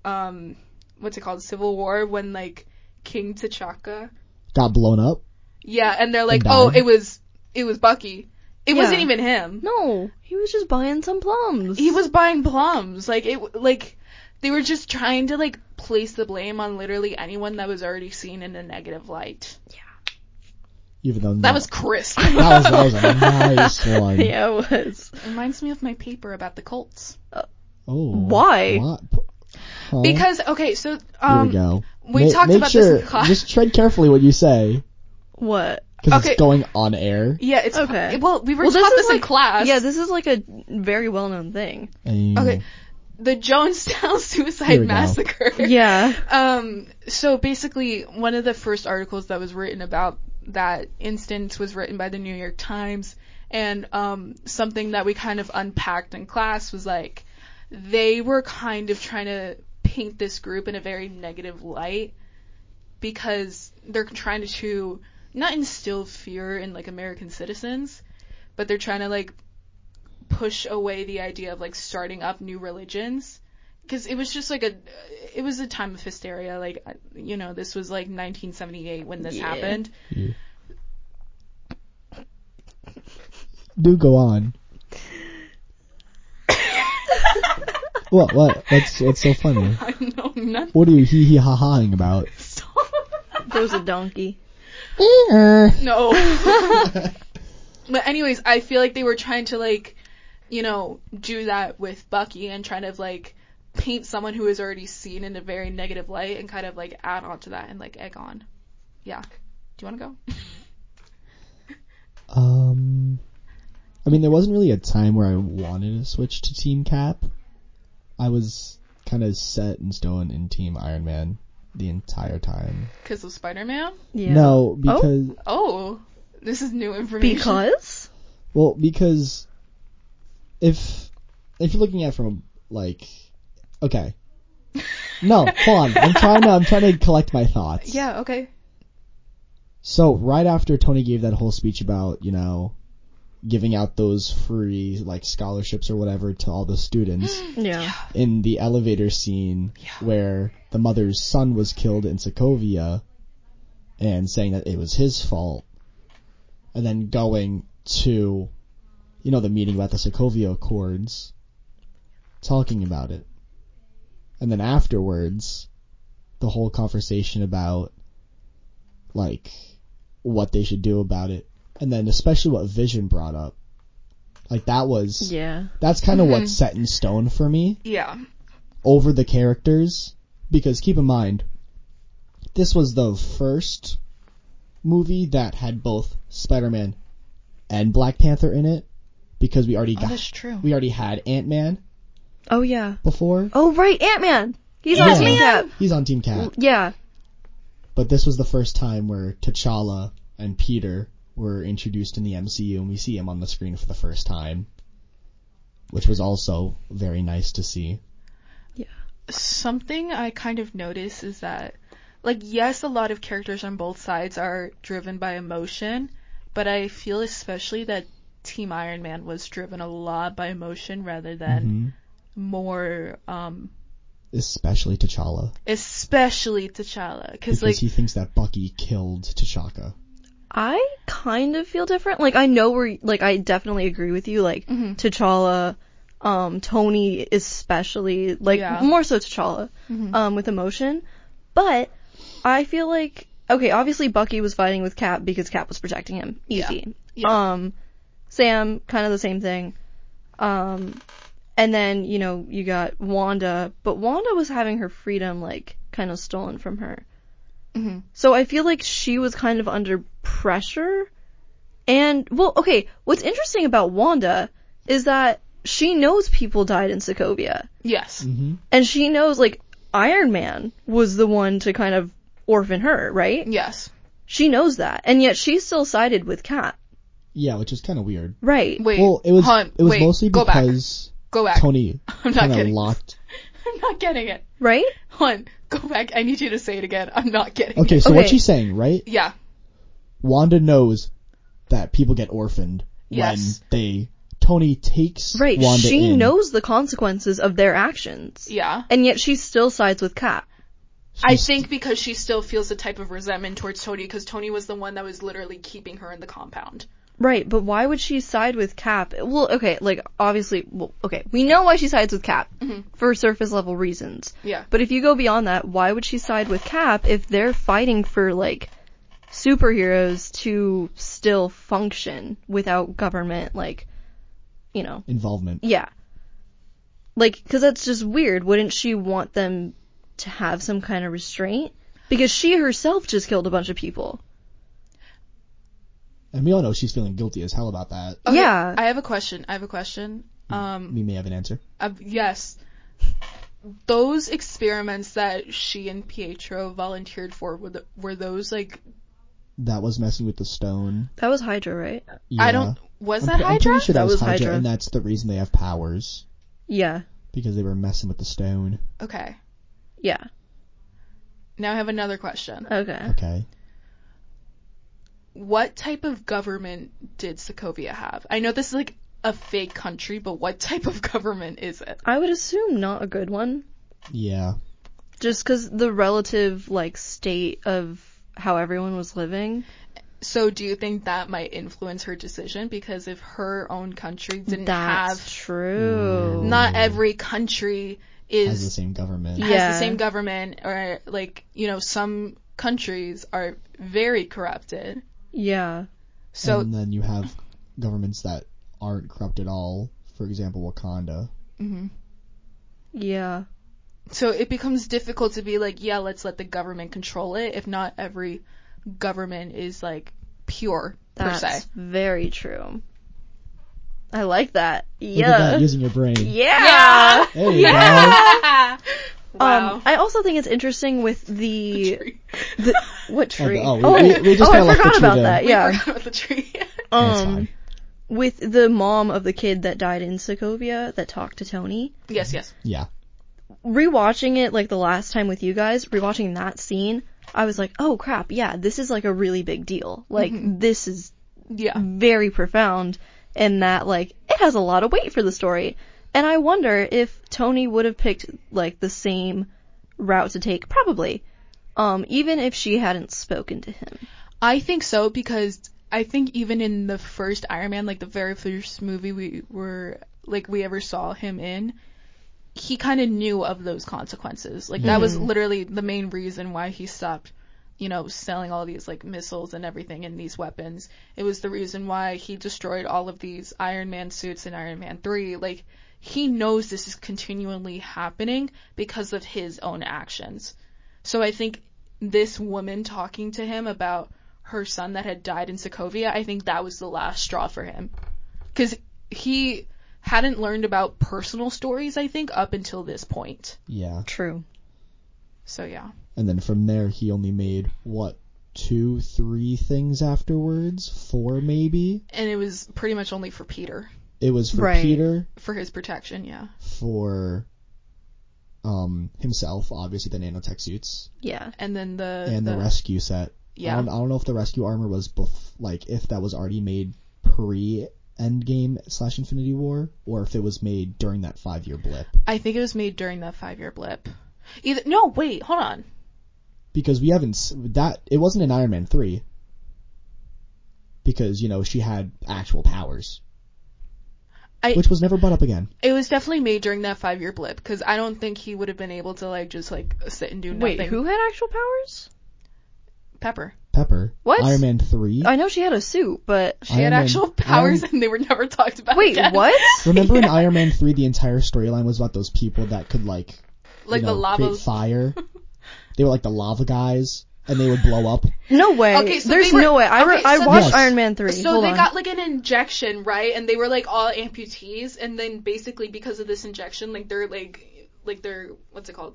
Speaker 1: um what's it called Civil War when like King T'Chaka
Speaker 3: Got blown up.
Speaker 1: yeah, and they're like,
Speaker 3: And
Speaker 1: "Oh,
Speaker 3: died.
Speaker 1: it was it was Bucky." It wasn't
Speaker 2: Yeah.
Speaker 1: even him.
Speaker 2: No, he was just buying some plums.
Speaker 1: He was buying plums. Like it w- like they were just trying to like place the blame on literally anyone that was already seen in a negative light.
Speaker 3: Even though
Speaker 1: That was crisp.
Speaker 3: that was, that was a nice one.
Speaker 2: Yeah, it was.
Speaker 1: Reminds me of my paper about the Colts.
Speaker 3: Oh.
Speaker 2: Why?
Speaker 3: What? Huh?
Speaker 1: Because okay, so
Speaker 3: Here
Speaker 1: um
Speaker 3: we go.
Speaker 1: we
Speaker 3: Ma-
Speaker 1: talked
Speaker 3: make
Speaker 1: about
Speaker 3: sure,
Speaker 1: this in class.
Speaker 3: Just tread carefully what you say,
Speaker 2: What?
Speaker 3: because
Speaker 1: Okay.
Speaker 3: it's going on air.
Speaker 1: yeah, it's
Speaker 2: Okay.
Speaker 1: Well, we were
Speaker 2: Well, this
Speaker 1: taught
Speaker 2: is
Speaker 1: this in
Speaker 2: like-
Speaker 1: class.
Speaker 2: Yeah, this is like a very well known thing.
Speaker 3: And-
Speaker 1: Okay. the Jonestown
Speaker 3: Here
Speaker 1: suicide
Speaker 3: we go.
Speaker 1: massacre.
Speaker 2: Yeah.
Speaker 1: Um, so basically, one of the first articles that was written about that instance was written by the New York Times, and um, something that we kind of unpacked in class was like they were kind of trying to paint this group in a very negative light because they're trying to not instill fear in like American citizens, but they're trying to like push away the idea of like starting up new religions because it was just like a it was a time of hysteria like you know this was like 1978 when this
Speaker 2: Yeah.
Speaker 1: happened
Speaker 3: Do go on. what? What? That's what's so funny.
Speaker 1: i know nothing
Speaker 3: What are you hee hee ha haing about?
Speaker 2: There was a donkey.
Speaker 1: no but anyways i feel like they were trying to like you know do that with bucky and trying to like paint someone who is already seen in a very negative light and kind of like add on to that and like egg on yeah do you want to go
Speaker 3: Um, I mean, there wasn't really a time where I wanted to switch to Team Cap. I was kind of set in stone in Team Iron Man the entire time.
Speaker 1: because of spider-man
Speaker 2: Yeah.
Speaker 3: No, because
Speaker 1: oh this is new information
Speaker 2: Because?
Speaker 3: Well, because if if you're looking at it from like okay. No, hold on. I'm trying to I'm trying to collect my thoughts.
Speaker 1: Yeah, okay.
Speaker 3: So right after Tony gave that whole speech about, you know, giving out those free like scholarships or whatever to all the students
Speaker 2: Yeah.
Speaker 3: in the elevator scene where the mother's son was killed in Sokovia and saying that it was his fault and then going to you know the meeting about the Sokovia Accords talking about it and then afterwards the whole conversation about like what they should do about it and then especially what Vision brought up like that was
Speaker 2: Yeah.
Speaker 3: that's kind of what's set in stone for me
Speaker 1: Yeah.
Speaker 3: over the characters because keep in mind this was the first movie that had both Spider-Man and Black Panther in it because we already got
Speaker 1: true.
Speaker 3: we already had Ant-Man
Speaker 2: Oh yeah.
Speaker 3: before.
Speaker 2: Oh right, Ant Man. Oh, He's on
Speaker 3: Ant-Man.
Speaker 2: Team Cap.
Speaker 3: He's on Team Cap,
Speaker 2: Yeah.
Speaker 3: but this was the first time where T'Challa and Peter were introduced in the MCU and we see him on the screen for the first time, which was also very nice to see.
Speaker 1: Something I kind of notice is that like yes, a lot of characters on both sides are driven by emotion, but I feel especially that Team Iron Man was driven a lot by emotion rather than
Speaker 3: Mhm.
Speaker 1: more um
Speaker 3: Especially T'Challa
Speaker 1: especially T'Challa cuz
Speaker 3: because
Speaker 1: like
Speaker 3: he thinks that Bucky killed T'Chaka.
Speaker 2: I kind of feel different. Like I know we're like I definitely agree with you. Like
Speaker 1: Mm-hmm.
Speaker 2: T'Challa, um, Tony especially like
Speaker 1: Yeah. Mm-hmm.
Speaker 2: more so T'Challa, um, with emotion. But I feel like okay, obviously Bucky was fighting with Cap because Cap was protecting him. Easy.
Speaker 1: Yeah.
Speaker 2: Um, Sam kind of the same thing. Um, and then you know you got Wanda, but Wanda was having her freedom like kind of stolen from her.
Speaker 1: mm-hmm.
Speaker 2: So I feel like she was kind of under pressure. And, well, okay, what's interesting about Wanda is that she knows people died in Sokovia.
Speaker 1: yes.
Speaker 3: hmm
Speaker 2: And she knows, like, Iron Man was the one to kind of orphan her, right?
Speaker 1: Yes.
Speaker 2: She knows that. And yet she still sided with Cap.
Speaker 3: Yeah, which is kind of weird.
Speaker 2: Right.
Speaker 1: Wait.
Speaker 3: Well, it was
Speaker 1: Hunt,
Speaker 3: it was
Speaker 1: wait,
Speaker 3: mostly
Speaker 1: go
Speaker 3: because
Speaker 1: back. Go back.
Speaker 3: Tony
Speaker 1: I'm not
Speaker 3: kind of
Speaker 1: getting.
Speaker 3: locked.
Speaker 1: I'm not getting it.
Speaker 2: Right?
Speaker 1: Hunt, go back. I need you to say it again. I'm not getting
Speaker 3: Okay,
Speaker 1: it.
Speaker 3: so
Speaker 2: Okay.
Speaker 3: what she's saying, right?
Speaker 1: Yeah.
Speaker 3: Wanda knows that people get orphaned
Speaker 1: Yes.
Speaker 3: when they Tony takes
Speaker 2: Right.
Speaker 3: Wanda
Speaker 2: she
Speaker 3: in.
Speaker 2: knows the consequences of their actions.
Speaker 1: Yeah.
Speaker 2: And yet she still sides with Cap.
Speaker 1: I
Speaker 3: She's-
Speaker 1: think because she still feels a type of resentment towards Tony because Tony was the one that was literally keeping her in the compound.
Speaker 2: Right, but why would she side with Cap? Well, okay, like obviously, well, okay, we know why she sides with Cap for surface level reasons.
Speaker 1: Yeah.
Speaker 2: But if you go beyond that, why would she side with Cap if they're fighting for like superheroes to still function without government like, you know,
Speaker 3: involvement.
Speaker 2: yeah. Like cuz that's just weird. Wouldn't she want them to have some kind of restraint? Because she herself just killed a bunch of people.
Speaker 3: And we all know she's feeling guilty as hell about that.
Speaker 1: Okay,
Speaker 2: Yeah.
Speaker 1: I have a question. I have a question.
Speaker 3: Mm-hmm.
Speaker 1: Um,
Speaker 3: We may have an answer.
Speaker 1: uh, yes. Those experiments that she and Pietro volunteered for were, th were those like
Speaker 3: That was messing with the stone.
Speaker 2: That was Hydra, right?
Speaker 3: Yeah.
Speaker 1: I don't was
Speaker 3: I'm,
Speaker 1: that
Speaker 3: pre- I'm
Speaker 1: Hydra?
Speaker 3: pretty sure that,
Speaker 2: That
Speaker 3: was
Speaker 2: was
Speaker 3: Hydra,
Speaker 2: Hydra.
Speaker 3: and that's the reason they have powers
Speaker 2: Yeah.
Speaker 3: because they were messing with the stone.
Speaker 1: Okay.
Speaker 2: Yeah.
Speaker 1: Now I have another question.
Speaker 2: Okay.
Speaker 3: Okay.
Speaker 1: What type of government did Sokovia have? I know this is like a fake country, but what type of government is it?
Speaker 2: I would assume not a good one,
Speaker 3: Yeah.
Speaker 2: just because the relative like state of how everyone was living.
Speaker 1: So do you think that might influence her decision? Because if her own country didn't
Speaker 2: That's
Speaker 1: have,
Speaker 3: Mm.
Speaker 2: true.
Speaker 1: not every country
Speaker 3: Has the
Speaker 1: is
Speaker 3: same government.
Speaker 1: has
Speaker 2: Yeah.
Speaker 1: the same government, or like you know some countries are very corrupted.
Speaker 2: yeah.
Speaker 1: So
Speaker 3: and then you have governments that aren't corrupt at all. For example, Wakanda.
Speaker 2: Mm-hmm. Yeah.
Speaker 1: mm-hmm. so it becomes difficult to be like, yeah, let's let the government control it. If not every government is like pure per se.
Speaker 2: That's very true. I like that.
Speaker 3: Look at that,
Speaker 2: Yeah.
Speaker 3: using your brain.
Speaker 2: Yeah.
Speaker 3: There you
Speaker 1: wow.
Speaker 2: Um, I also think it's interesting with the, the- what
Speaker 3: go.
Speaker 2: tree?
Speaker 3: Oh, we, we, we just
Speaker 2: oh,
Speaker 3: kind
Speaker 2: I
Speaker 3: of left the
Speaker 2: forgot
Speaker 3: tree
Speaker 2: about
Speaker 3: there.
Speaker 2: that.
Speaker 1: We
Speaker 2: Yeah.
Speaker 1: forgot about the tree.
Speaker 3: That's fine.
Speaker 2: Um, with the mom of the kid that died in Sokovia that talked to Tony.
Speaker 1: Yes, yes.
Speaker 3: Yeah.
Speaker 2: Rewatching it like the last time with you guys, rewatching that scene, I was like, "Oh crap, yeah, this is like a really big deal. Like
Speaker 1: Mm-hmm.
Speaker 2: this is
Speaker 1: Yeah.
Speaker 2: very profound in that like it has a lot of weight for the story. And I wonder if Tony would have picked like the same route to take probably um even if she hadn't spoken to him.
Speaker 1: I think so because I think even in the first Iron Man, like the very first movie we were like we ever saw him in, he kind of knew of those consequences. Like that was literally the main reason why he stopped, you know, selling all these like missiles and everything and these weapons. It was the reason why he destroyed all of these Iron Man suits in Iron Man 3. Like he knows this is continually happening because of his own actions. So I think this woman talking to him about her son that had died in Sokovia, I think that was the last straw for him. Because he hadn't learned about personal stories, I think, up until this point.
Speaker 3: Yeah.
Speaker 2: True.
Speaker 1: So, yeah.
Speaker 3: And then from there, he only made, what, two, three things afterwards? Four, maybe?
Speaker 1: And it was pretty much only for Peter,
Speaker 3: It was for
Speaker 2: Right.
Speaker 3: Peter,
Speaker 1: for his protection, yeah.
Speaker 3: for um himself, obviously, the nanotech suits,
Speaker 2: Yeah.
Speaker 1: And then the.
Speaker 3: and
Speaker 2: Uh-huh.
Speaker 3: the,
Speaker 1: the-
Speaker 3: rescue set. I
Speaker 1: Yeah.
Speaker 3: don't, I don't know if the rescue armor was, bef- like, if that was already made pre Endgame slash Infinity War, or if it was made during that five year blip.
Speaker 1: I think it was made during that five year blip. Either. No, wait, hold on.
Speaker 3: because we haven't s- that it wasn't in Iron Man three because you know she had actual powers,
Speaker 1: I-
Speaker 3: which was never brought up again.
Speaker 1: It was definitely made during that five year blip, because I don't think he would have been able to, like, just, like, sit and do nothing.
Speaker 2: Wait, who had actual powers?
Speaker 1: Pepper.
Speaker 3: Pepper,
Speaker 2: What?
Speaker 3: Iron Man three.
Speaker 2: I know she had a suit, but
Speaker 1: She
Speaker 3: Iron
Speaker 1: had
Speaker 3: Man-
Speaker 1: actual
Speaker 3: Iron-
Speaker 1: powers and they were never talked about.
Speaker 2: wait,
Speaker 1: again.
Speaker 2: what?
Speaker 3: Remember in Iron Man three, the entire storyline was about those people that could like you
Speaker 1: Like
Speaker 3: know,
Speaker 1: the lava.
Speaker 3: create fire. they were like the lava guys, and they would blow up.
Speaker 2: No way.
Speaker 1: Okay, so
Speaker 2: There's
Speaker 1: they were-
Speaker 2: no way. I, re-
Speaker 1: okay,
Speaker 2: I
Speaker 1: so
Speaker 2: watched
Speaker 3: they-
Speaker 2: Iron Man 3.
Speaker 1: So
Speaker 2: Hold
Speaker 1: they
Speaker 2: on.
Speaker 1: got like an injection, right? And they were like all amputees, and then basically because of this injection, like they're like, like they're what's it called?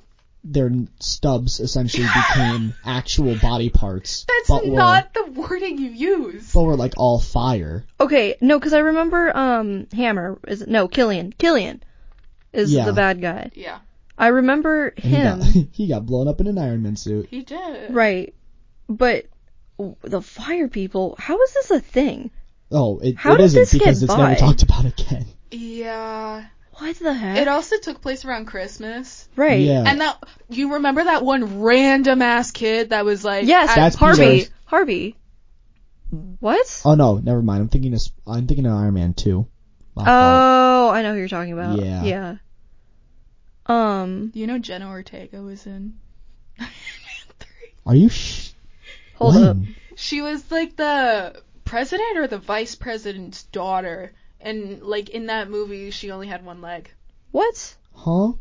Speaker 3: Their n- stubs essentially became actual body parts,
Speaker 1: That's
Speaker 3: but were
Speaker 1: not the wording you use.
Speaker 3: but were like all fire.
Speaker 2: okay, no, because I remember um Hammer. Is it, no, Killian. Killian is
Speaker 3: Yeah.
Speaker 2: the bad guy.
Speaker 1: yeah,
Speaker 2: I remember
Speaker 3: And he
Speaker 2: him.
Speaker 3: got- he got blown up in an Iron Man suit.
Speaker 1: he did.
Speaker 2: right. But w- the fire people, how is this a thing?
Speaker 3: Oh, it,
Speaker 2: How
Speaker 3: it
Speaker 2: did
Speaker 3: isn't
Speaker 2: this get
Speaker 3: because it's
Speaker 2: by?
Speaker 3: never talked about again.
Speaker 1: Yeah.
Speaker 2: What the heck?
Speaker 1: It also took place around Christmas,
Speaker 2: right.
Speaker 3: Yeah.
Speaker 1: and that you remember that one random ass kid that was like,
Speaker 2: Yes,
Speaker 1: at-
Speaker 3: That's
Speaker 2: Harvey.
Speaker 3: Peter's.
Speaker 2: Harvey. What?
Speaker 3: Oh no, never mind. I'm thinking of, Sp- I'm thinking of Iron Man 2. My fault.
Speaker 2: Oh, I know who you're talking about.
Speaker 3: Yeah.
Speaker 2: Yeah. Um,
Speaker 1: you know Jenna Ortega was in. Three.
Speaker 3: Are you sh-
Speaker 2: hold
Speaker 3: when?
Speaker 2: up.
Speaker 1: She was like the president or the vice president's daughter. And like in that movie, she only had one leg.
Speaker 2: What?
Speaker 3: Huh?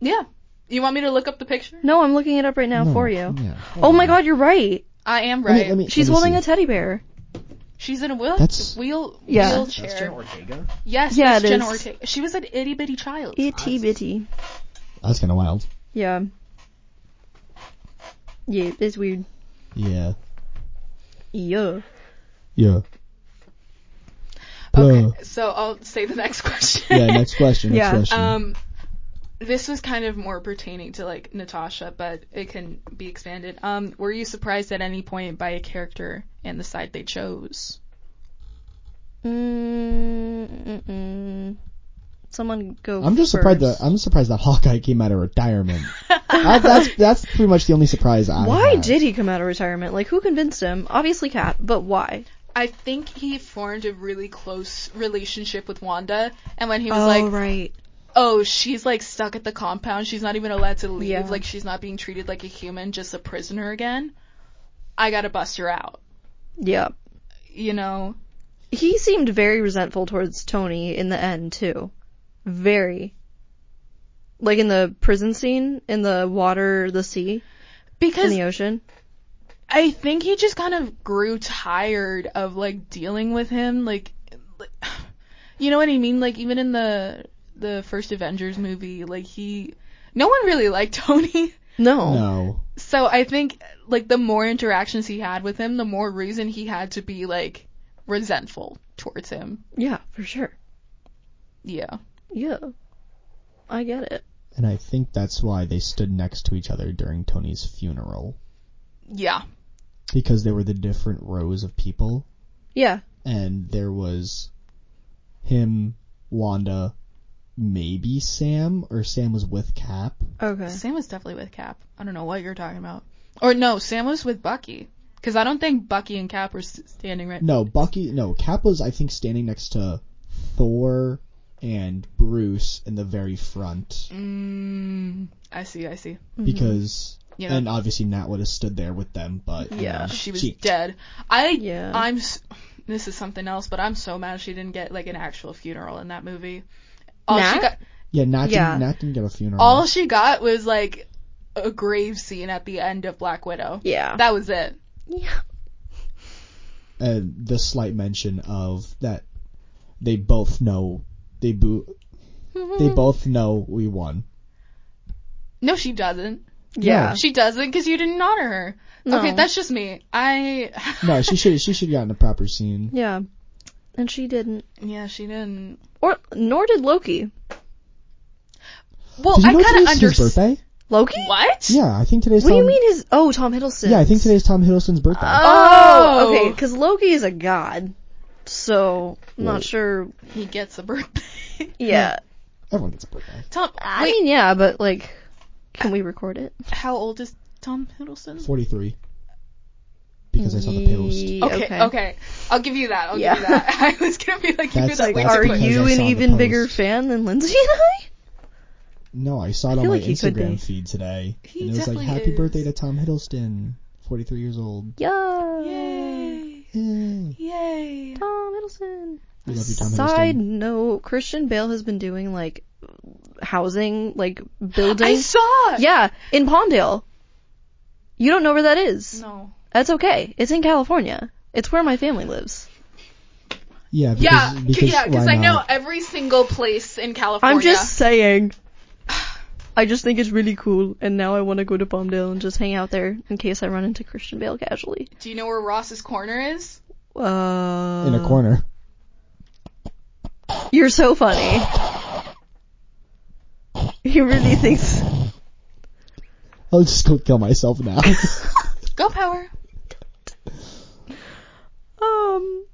Speaker 1: Yeah. You want me to look up the picture?
Speaker 2: No, I'm looking it up right now
Speaker 3: No,
Speaker 2: for you.
Speaker 3: yeah.
Speaker 2: Oh my god, you're right.
Speaker 1: I am
Speaker 3: Let me-
Speaker 1: right.
Speaker 3: let me-
Speaker 2: She's
Speaker 3: let me
Speaker 2: holding
Speaker 3: see.
Speaker 2: a teddy bear.
Speaker 1: She's in a wheel,
Speaker 3: That's-
Speaker 1: wheel
Speaker 2: Yeah.
Speaker 1: wheelchair.
Speaker 5: Ortega.
Speaker 1: yes,
Speaker 2: Yeah,
Speaker 1: that's
Speaker 2: it
Speaker 1: Jenna
Speaker 2: is.
Speaker 1: Ortega. She was an itty bitty child.
Speaker 2: Itty E bitty.
Speaker 3: That's kind of wild.
Speaker 2: Yeah. Yeah, it's weird.
Speaker 3: Yeah.
Speaker 2: Yeah.
Speaker 3: Yeah. Blah.
Speaker 1: okay, so I'll say the next question.
Speaker 3: Uh. Yeah. Next question. Next
Speaker 2: Yeah,
Speaker 3: question.
Speaker 1: um, this was kind of more pertaining to like Natasha, but it can be expanded. Um, were you surprised at any point by a character and the side they chose?
Speaker 2: Mm, mm Someone go.
Speaker 3: I'm just surprised that
Speaker 2: first.
Speaker 3: I'm surprised that Hawkeye came out of retirement. I, that's that's pretty much the only surprise I.
Speaker 2: Why
Speaker 3: had.
Speaker 2: did he come out of retirement? Like, who convinced him? Obviously, Kat, but why?
Speaker 1: I think he formed a really close relationship with Wanda, and when he was
Speaker 2: oh,
Speaker 1: like,
Speaker 2: right.
Speaker 1: "Oh, she's like stuck at the compound. She's not even allowed to leave.
Speaker 2: Yeah.
Speaker 1: Like she's not being treated like a human, just a prisoner again. I gotta bust her out."
Speaker 2: Yeah.
Speaker 1: You know,
Speaker 2: He seemed very resentful towards Tony in the end, too. Very. Like in the prison scene, in the water, the sea, in
Speaker 1: because
Speaker 2: the ocean.
Speaker 1: I think he just kind of grew tired of like dealing with him. Like, like- you know what I mean? Like even in the the first Avengers movie, like he, no one really liked Tony.
Speaker 2: No.
Speaker 3: No.
Speaker 1: so I think like the more interactions he had with him, the more reason he had to be like resentful. towards him.
Speaker 2: Yeah, for sure.
Speaker 1: Yeah.
Speaker 2: Yeah. I get it.
Speaker 3: And I think that's why they stood next to each other during Tony's funeral.
Speaker 1: Yeah.
Speaker 3: Because they were the different rows of people,
Speaker 2: Yeah.
Speaker 3: and there was him, Wanda, maybe Sam, or Sam was with Cap.
Speaker 2: Okay.
Speaker 1: Sam was definitely with Cap. I don't know what you're talking about. Or no, Sam was with Bucky. Because I don't think Bucky and Cap were s- standing right.
Speaker 3: No, Bucky, no, Cap was, I think, standing next to Thor and Bruce in the very front.
Speaker 2: Mm-hmm.
Speaker 1: Mm, I see. I see.
Speaker 3: Because,
Speaker 1: You know,
Speaker 3: and obviously Nat would have stood there with them, but. you
Speaker 2: Yeah.
Speaker 3: know,
Speaker 1: she was
Speaker 3: she-
Speaker 1: dead. I.
Speaker 2: Yeah.
Speaker 1: I'm. s- This is something else, but I'm so mad she didn't get like an actual funeral in that movie. All she
Speaker 2: Nat?
Speaker 1: got.
Speaker 3: Yeah, Nat,
Speaker 2: Yeah.
Speaker 3: Didn't, Nat didn't get a funeral.
Speaker 1: All she got was like a grave scene at the end of Black Widow.
Speaker 2: yeah.
Speaker 1: That was it.
Speaker 2: yeah.
Speaker 3: and the slight mention of that they both know they bo- they
Speaker 2: Mm.
Speaker 3: both know we won.
Speaker 1: No, she doesn't.
Speaker 2: Yeah.
Speaker 1: She doesn't because you didn't honor her.
Speaker 2: Oh. No.
Speaker 1: Okay, that's just me. I.
Speaker 3: No, she should she should have gotten a proper scene.
Speaker 2: Yeah. And she didn't.
Speaker 1: yeah, she didn't.
Speaker 2: Or nor did Loki.
Speaker 1: Well,
Speaker 3: Did you
Speaker 1: I
Speaker 3: know
Speaker 1: kind of
Speaker 3: today's his
Speaker 1: understand.
Speaker 3: birthday?
Speaker 2: Loki?
Speaker 1: What?
Speaker 3: Yeah, I think today's.
Speaker 2: What do
Speaker 3: Tom,
Speaker 2: you mean his? Oh, Tom Hiddleston.
Speaker 3: Yeah, I think today's Tom Hiddleston's birthday.
Speaker 2: Oh,
Speaker 1: Oh.
Speaker 2: okay. Because Loki is a god, so I'm
Speaker 3: Well-
Speaker 2: not sure.
Speaker 1: He gets a birthday.
Speaker 2: Yeah.
Speaker 3: Hmm. Everyone gets a birthday.
Speaker 1: Tom,
Speaker 2: I
Speaker 1: wait,
Speaker 2: mean, yeah, but like, can we record it?
Speaker 1: how old is Tom Hiddleston?
Speaker 3: Forty three. Because I saw the post.
Speaker 2: Ye-
Speaker 1: Okay, okay, I'll give you that. I'll
Speaker 2: Yeah.
Speaker 1: give you that. I was gonna be like, you did
Speaker 3: That's-
Speaker 1: that
Speaker 2: Like,
Speaker 1: way
Speaker 3: That's
Speaker 1: too
Speaker 2: are
Speaker 3: because
Speaker 1: quick.
Speaker 3: I
Speaker 2: you an
Speaker 3: saw the
Speaker 2: even bigger
Speaker 3: post.
Speaker 2: fan than Lindsay and I?
Speaker 3: No, I saw it
Speaker 2: I
Speaker 3: on
Speaker 2: feel
Speaker 3: my
Speaker 2: like he could be.
Speaker 3: Instagram feed today,
Speaker 1: He
Speaker 3: and it was like
Speaker 1: definitely
Speaker 3: "Happy
Speaker 1: is.
Speaker 3: birthday to Tom Hiddleston, forty three years old."
Speaker 2: Yeah.
Speaker 1: Yay!
Speaker 3: Yay.
Speaker 1: Yay!
Speaker 2: Tom Hiddleston.
Speaker 3: We love you, Tom
Speaker 2: Side
Speaker 3: Hiddleston.
Speaker 2: note: Christian Bale has been doing like housing, like
Speaker 1: I
Speaker 2: building.
Speaker 1: saw.
Speaker 2: Yeah, in Palmdale. You don't know where that is.
Speaker 1: No.
Speaker 2: That's okay. It's in California. It's where my family lives.
Speaker 3: Yeah, because,
Speaker 1: Yeah, c-
Speaker 3: because
Speaker 1: yeah, because
Speaker 3: why
Speaker 1: I know
Speaker 3: not?
Speaker 1: every single place in California.
Speaker 2: I'm just saying. I just think it's really cool, and now I want to go to Palmdale and just hang out there in case I run into Christian Bale casually.
Speaker 1: Do you know where Ross's Corner is?
Speaker 2: Uh,
Speaker 3: in a corner.
Speaker 2: You're so funny. He really thinks.
Speaker 3: I'll just go kill myself now.
Speaker 1: Go Power.
Speaker 2: Um.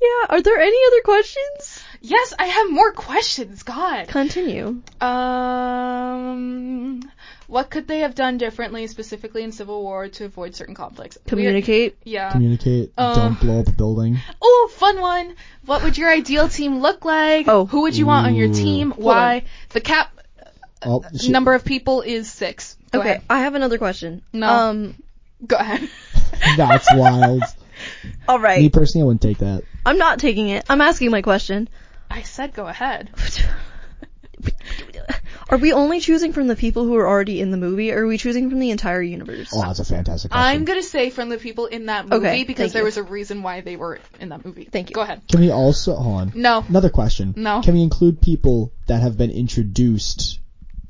Speaker 2: Yeah. Are there any other questions?
Speaker 1: Yes, I have more questions. God.
Speaker 2: Continue.
Speaker 1: Um, what could they have done differently, specifically in Civil War, to avoid certain conflicts? We-
Speaker 2: Communicate.
Speaker 1: yeah.
Speaker 3: Communicate.
Speaker 1: Uh,
Speaker 3: don't blow up a building.
Speaker 1: oh, fun one. What would your ideal team look like?
Speaker 2: Oh.
Speaker 1: Who would you want on your
Speaker 3: Ooh.
Speaker 1: team?
Speaker 2: Hold
Speaker 1: Why? The cap
Speaker 3: Oh, shit.
Speaker 1: Uh, number of people is six. Go
Speaker 2: okay.
Speaker 1: Ahead.
Speaker 2: I have another question.
Speaker 1: No.
Speaker 2: Um.
Speaker 1: Go ahead.
Speaker 3: That's wild.
Speaker 2: All
Speaker 3: Me
Speaker 2: right.
Speaker 3: personally, I wouldn't take that.
Speaker 2: I'm not taking it. I'm asking my question.
Speaker 1: I said go ahead.
Speaker 2: Are we only choosing from the people who are already in the movie, or are we choosing from the entire universe?
Speaker 3: Oh, that's a fantastic question.
Speaker 1: I'm gonna say from the people in that movie
Speaker 2: Okay,
Speaker 1: because
Speaker 2: thank
Speaker 1: there
Speaker 2: you.
Speaker 1: was a reason why they were in that movie.
Speaker 2: Thank you.
Speaker 1: Go ahead.
Speaker 3: Can we also hold on?
Speaker 1: No.
Speaker 3: Another question.
Speaker 1: No.
Speaker 3: Can we include people that have been introduced